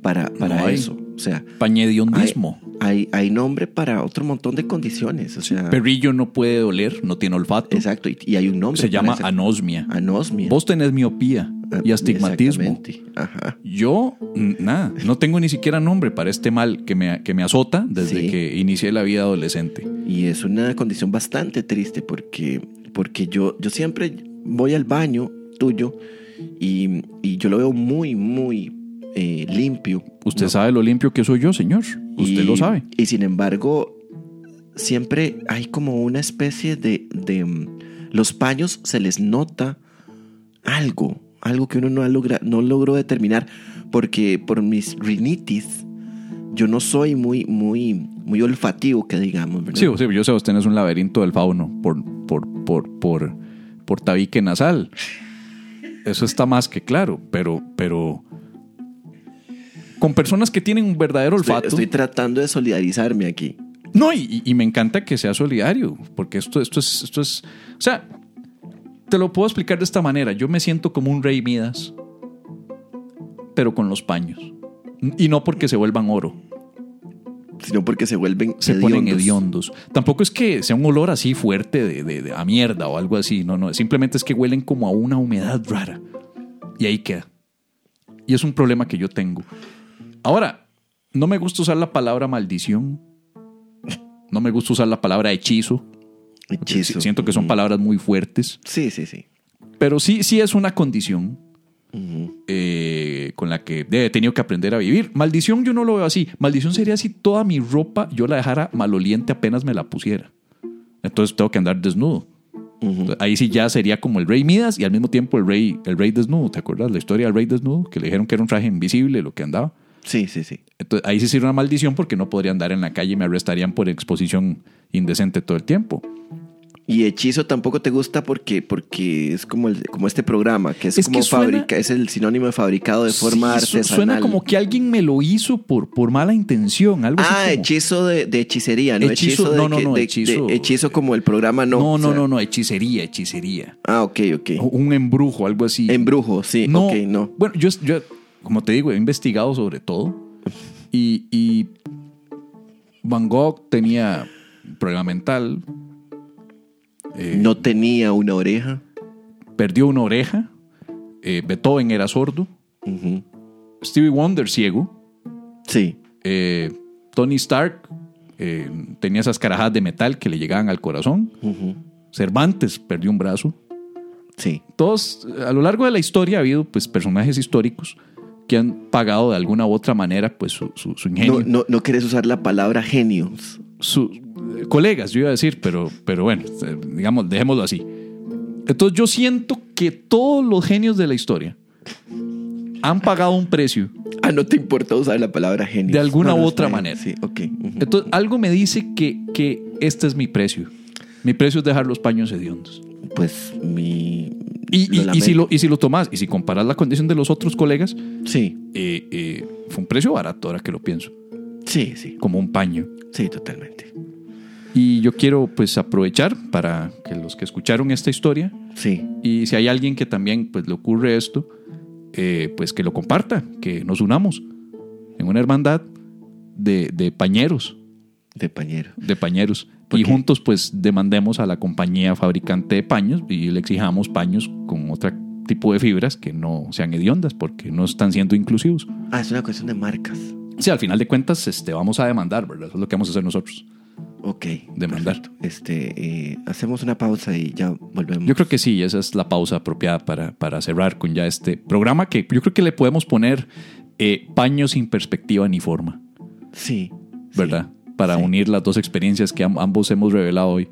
B: para para
A: No hay.
B: eso, o sea, hay,
A: Pañediondismo.
B: hay hay nombre para otro montón de condiciones, o sea,
A: Perrillo no puede oler, no tiene olfato.
B: exacto, y, y hay un nombre
A: Se
B: para
A: llama
B: esa-
A: anosmia.
B: anosmia.
A: Vos tenés miopía
B: Ah,
A: y astigmatismo.
B: exactamente, Ajá.
A: Yo, n- nada, no tengo ni siquiera nombre para este mal que me, que me azota desde
B: Sí.
A: que inicié la vida adolescente.
B: Y es una condición bastante triste porque, porque yo, yo siempre voy al baño tuyo y, y yo lo veo muy, muy eh, limpio.
A: Usted sabe lo limpio que soy yo, señor. Usted
B: Y-
A: lo sabe.
B: Y sin embargo, siempre hay como una especie de, de... mm, Los paños se les nota algo, algo que uno no, ha logra- no logró determinar porque por mis rinitis... Yo no soy muy, muy, muy olfativo, que digamos, ¿verdad?
A: Sí, o sea, yo sé, usted no es un laberinto del fauno por, por, por, por, por tabique nasal. Eso está más que claro, pero, pero con personas que tienen un verdadero
B: Estoy-
A: olfato.
B: Estoy, tratando de solidarizarme aquí.
A: No, y, y- y me encanta que sea solidario, porque esto, esto, es, esto es. O sea, te lo puedo explicar de esta manera. Yo me siento como un rey Midas, pero con los paños. Y no porque se vuelvan oro,
B: Sino porque se vuelven
A: se ponen hediondos. Tampoco es que sea un olor así fuerte de, de- de- a mierda o algo así. No, no. Simplemente es que huelen como a una humedad rara. Y ahí queda. Y es un problema que yo tengo. Ahora, no me gusta usar la palabra maldición. No me gusta usar la palabra hechizo.
B: Hechizo.
A: Siento que son palabras muy fuertes,
B: Sí, sí, sí.
A: pero sí, sí es una condición eh, con la que he tenido que aprender a vivir. Maldición yo no lo veo así. Maldición sería si toda mi ropa yo la dejara maloliente apenas me la pusiera. Entonces tengo que andar desnudo. Entonces, Ahí sí ya sería como el rey Midas y al mismo tiempo el rey, el rey desnudo. ¿Te acuerdas la historia del rey desnudo? Que le dijeron que era un traje invisible lo que andaba.
B: Sí, sí, sí.
A: Entonces, ahí sí sería una maldición porque no podría andar en la calle y me arrestarían por exposición indecente todo el tiempo.
B: Y hechizo tampoco te gusta porque, porque es como, el, como este programa, que es,
A: Es que
B: como
A: suena-
B: fábrica, es el sinónimo de fabricado de forma
A: Sí, su-
B: artesanal.
A: Suena como que alguien me lo hizo por, por mala intención, algo así.
B: Ah,
A: como-
B: hechizo de, de hechicería, ¿no?
A: Hechizo-
B: Hechizo, de,
A: no, no,
B: que-
A: no,
B: de-
A: hechizo-
B: de hechizo como el programa, no.
A: No,
B: o
A: no,
B: sea-
A: no, no, hechicería, hechicería.
B: Ah, ok, ok.
A: O Un embrujo, algo así.
B: Embrujo, sí, ok, no.
A: Bueno, yo, yo, como te digo, he investigado sobre todo. Y, y Van Gogh tenía un problema mental, Eh.
B: No tenía una oreja.
A: perdió una oreja, eh, Beethoven era sordo, Stevie Wonder ciego.
B: Sí.
A: Eh, Tony Stark eh, tenía esas carajadas de metal que le llegaban al corazón. Cervantes perdió un brazo.
B: Sí.
A: Todos, eh, a lo largo de la historia ha habido pues, personajes históricos que han pagado de alguna u otra manera pues, su, su- su
B: No,
A: ingenio.
B: no, no querés usar la palabra genios.
A: Sus eh, colegas, yo iba a decir, pero, pero bueno, eh, digamos, dejémoslo así. Entonces yo siento que todos los genios de la historia han pagado un precio
B: Ah, no te importa usar la palabra genios.
A: De alguna
B: No, no,
A: u
B: está
A: otra
B: bien.
A: manera. Eh,
B: Sí, ok. ujú.
A: Entonces, algo me dice que, que este es mi precio. Mi precio es dejar los paños hediondos.
B: Pues mi.
A: Y, y-
B: lo
A: y si
B: lamento.
A: lo, y si lo tomas, y si comparas la condición de los otros colegas,
B: Sí,
A: eh, eh, fue un precio barato, ahora que lo pienso,
B: sí, sí.
A: como un paño.
B: Sí, totalmente.
A: Y yo quiero pues aprovechar para que los que escucharon esta historia,
B: Sí.
A: y si hay alguien que también pues le ocurre esto, eh, pues que lo comparta, que nos unamos en una hermandad de, de pañeros,
B: De pañero.
A: de pañeros.
B: ¿Por
A: y
B: qué?
A: juntos pues demandemos a la compañía fabricante de paños y le exijamos paños con otro tipo de fibras que no sean hediondas porque no están siendo inclusivos.
B: Ah, es una cuestión de marcas.
A: Sí, al final de cuentas este, vamos a demandar, ¿verdad? Eso es lo que vamos a hacer nosotros.
B: Ok.
A: Demandar.
B: perfecto. Este, eh, hacemos una pausa y ya volvemos.
A: Yo creo que sí, esa es la pausa apropiada para, para cerrar con ya este programa que yo creo que le podemos poner eh, paño sin perspectiva ni forma,
B: Sí. sí.
A: ¿verdad? Para
B: sí.
A: unir las dos experiencias que am- ambos hemos revelado hoy.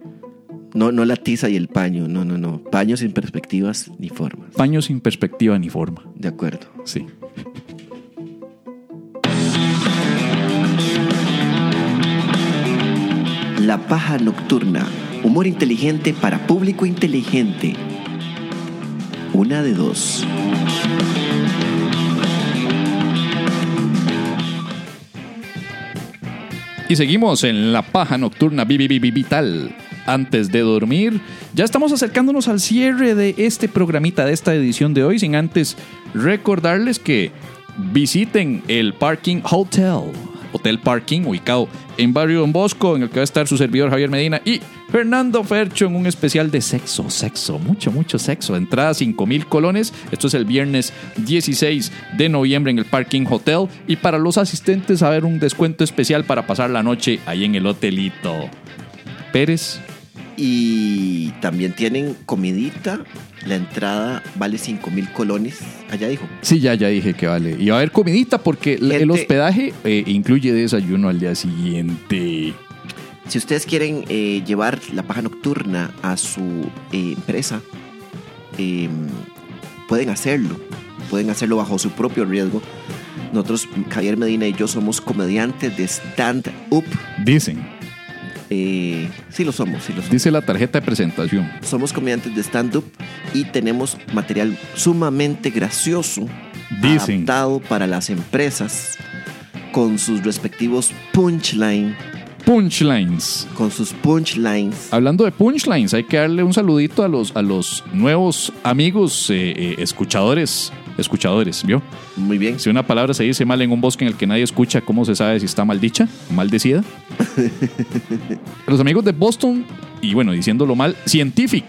B: No, no la tiza y el paño. No, no, no. Paño sin perspectivas ni formas.
A: Paño sin perspectiva ni forma,
B: De acuerdo.
A: sí.
B: La paja nocturna. Humor inteligente para público inteligente. Una de dos.
A: Y seguimos en la paja nocturna vi- vi- vi- vi- vital. Antes de dormir, ya estamos acercándonos al cierre de este programita, de esta edición de hoy, sin antes recordarles que visiten el Parking Hotel, Hotel Parking ubicado en Barrio Don Bosco, en el que va a estar su servidor Javier Medina y Fernando Fercho en un especial de sexo, sexo, mucho, mucho sexo. Entrada 5 mil colones. Esto es el viernes 16 de noviembre en el Parking Hotel. Y para los asistentes, a ver un descuento especial para pasar la noche ahí en el hotelito. Pérez,
B: Y también tienen comidita. La entrada vale 5 mil colones. Allá dijo.
A: Sí, ya, ya dije que vale. Y va a haber comidita porque la- el
B: Gente-
A: hospedaje eh, incluye desayuno al día siguiente.
B: Si ustedes quieren eh, llevar la paja nocturna a su eh, empresa, eh, pueden hacerlo. Pueden hacerlo bajo su propio riesgo. Nosotros, Javier Medina y yo, somos comediantes de stand-up.
A: Dicen,
B: Eh, sí lo somos, sí lo somos.
A: dice la tarjeta de presentación.
B: Somos comediantes de stand-up y tenemos material sumamente gracioso
A: Dicen.
B: adaptado para las empresas con sus respectivos punchline,
A: Punchlines.
B: con sus punchlines.
A: Hablando de punchlines, hay que darle un saludito a los, a los nuevos amigos eh, eh, escuchadores. Escuchadores, ¿vio?
B: Muy bien.
A: Si una palabra se dice mal en un bosque en el que nadie escucha, ¿cómo se sabe si está maldita? Maldecida. los amigos de Boston, y bueno, diciéndolo mal, Scientific.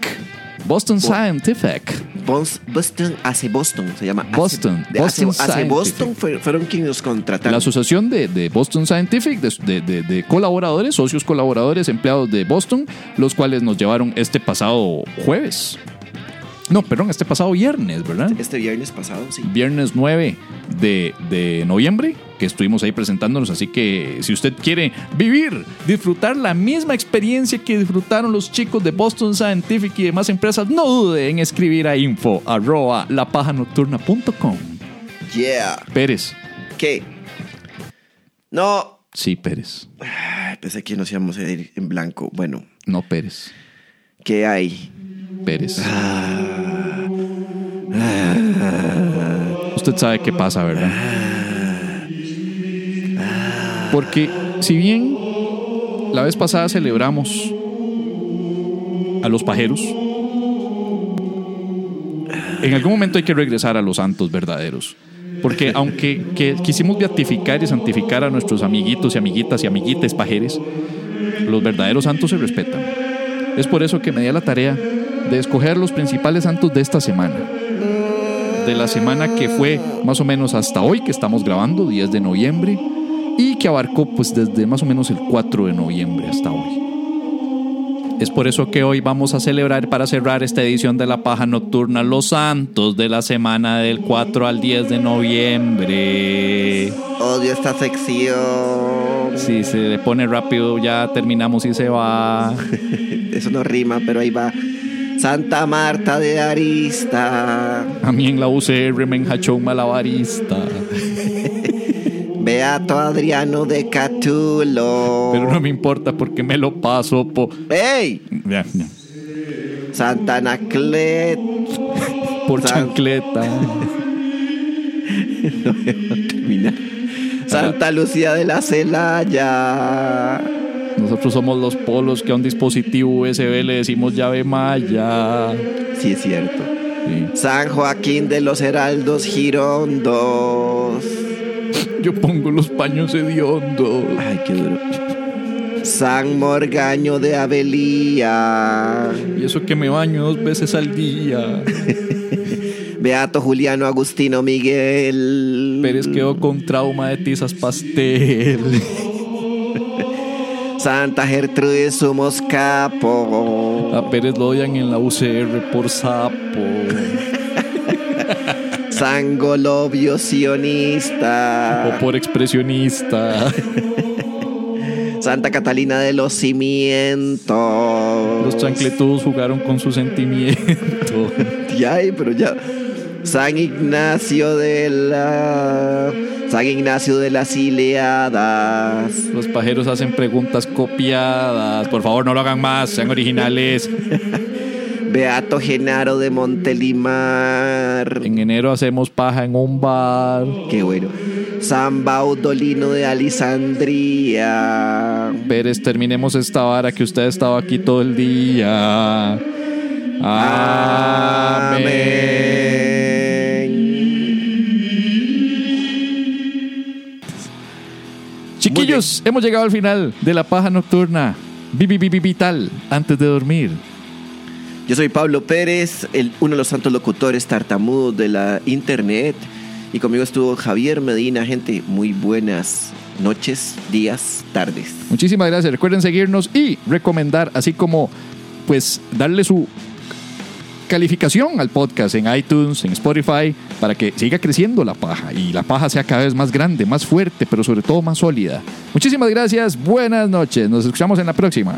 A: Boston Scientific.
B: Bons- Boston, hace Boston, se llama. AC-
A: Boston,
B: de AC-
A: Boston
B: AC
A: Scientific.
B: Boston fue- fueron quienes nos contrataron.
A: La asociación de, de Boston Scientific, de, de- de- de colaboradores, socios colaboradores, empleados de Boston, los cuales nos llevaron este pasado jueves. No, perdón, este pasado viernes, ¿verdad?
B: este viernes pasado, sí.
A: Viernes 9 de, de noviembre, que estuvimos ahí presentándonos. Así que si usted quiere vivir, disfrutar la misma experiencia que disfrutaron los chicos de Boston Scientific y demás empresas, no dude en escribir a info arroba lapajanocturna.com.
B: Yeah.
A: Pérez,
B: ¿Qué? No.
A: sí, Pérez,
B: Ay, Pensé que nos íbamos a ir en blanco. Bueno,
A: no Pérez.
B: ¿qué hay?
A: Pérez. Usted sabe qué pasa, ¿verdad? Porque si bien la vez pasada celebramos a los pajeros, en algún momento hay que regresar a los santos verdaderos. Porque aunque que- quisimos beatificar y santificar a nuestros amiguitos y amiguitas y amiguites pajeres, los verdaderos santos se respetan. Es por eso que me di a la tarea de escoger los principales santos de esta semana. De la semana que fue más o menos hasta hoy que estamos grabando, 10 de noviembre, y que abarcó pues desde más o menos el 4 de noviembre hasta hoy. Es por eso que hoy vamos a celebrar para cerrar esta edición de La Paja Nocturna los santos de la semana del 4 al 10 de noviembre.
B: Odio esta sección.
A: Si se le pone rápido ya terminamos y se va.
B: Eso no rima, pero ahí va. Santa Marta de Arista.
A: A mí en la UCR me enjachó un malabarista.
B: Beato Adriano de Catulo.
A: Pero no me importa porque me lo paso por.
B: ¡Ey! Santa Anaclet.
A: Por
B: Sal-
A: chancleta.
B: No debo terminar. Santa Lucía de la Celaya.
A: Nosotros somos los polos que a un dispositivo USB le decimos llave malla.
B: Sí, es cierto.
A: Sí.
B: San Joaquín de los Heraldos Girondos.
A: Yo pongo los paños hediondos.
B: Ay, qué duro. San Morgaño de Abelía.
A: Y eso que me baño dos veces al día.
B: Beato Juliano Agustino Miguel.
A: Pérez quedó con trauma de tizas pastel.
B: Santa Gertrudis Sumos Capo.
A: A Pérez lo odian en la UCR por sapo.
B: San Golovio
A: O
B: Sionista.
A: por expresionista.
B: Santa Catalina de los Cimientos.
A: Los chancletudos jugaron con su sentimiento.
B: Ya, ay, pero ya. San Ignacio de la. San Ignacio de las Ileadas.
A: Los pajeros hacen preguntas copiadas. Por favor, no lo hagan más, sean originales.
B: Beato Genaro de Montelimar.
A: En enero hacemos paja en un bar.
B: Qué bueno. San Baudolino de Alisandría.
A: Pérez, terminemos esta vara que usted ha estado aquí todo el día. Amén. Chiquillos, hemos llegado al final de la paja nocturna. Vivi, vivi, vital, antes de dormir.
B: Yo soy Pablo Pérez, el- uno de los santos locutores tartamudos de la internet. Y conmigo estuvo Javier Medina, gente. Muy buenas noches, días, tardes.
A: Muchísimas gracias. Recuerden seguirnos y recomendar, así como pues darle su calificación al podcast en iTunes, en Spotify, para que siga creciendo la paja y la paja sea cada vez más grande, más fuerte, pero sobre todo más sólida. Muchísimas gracias, buenas noches, nos escuchamos en la próxima.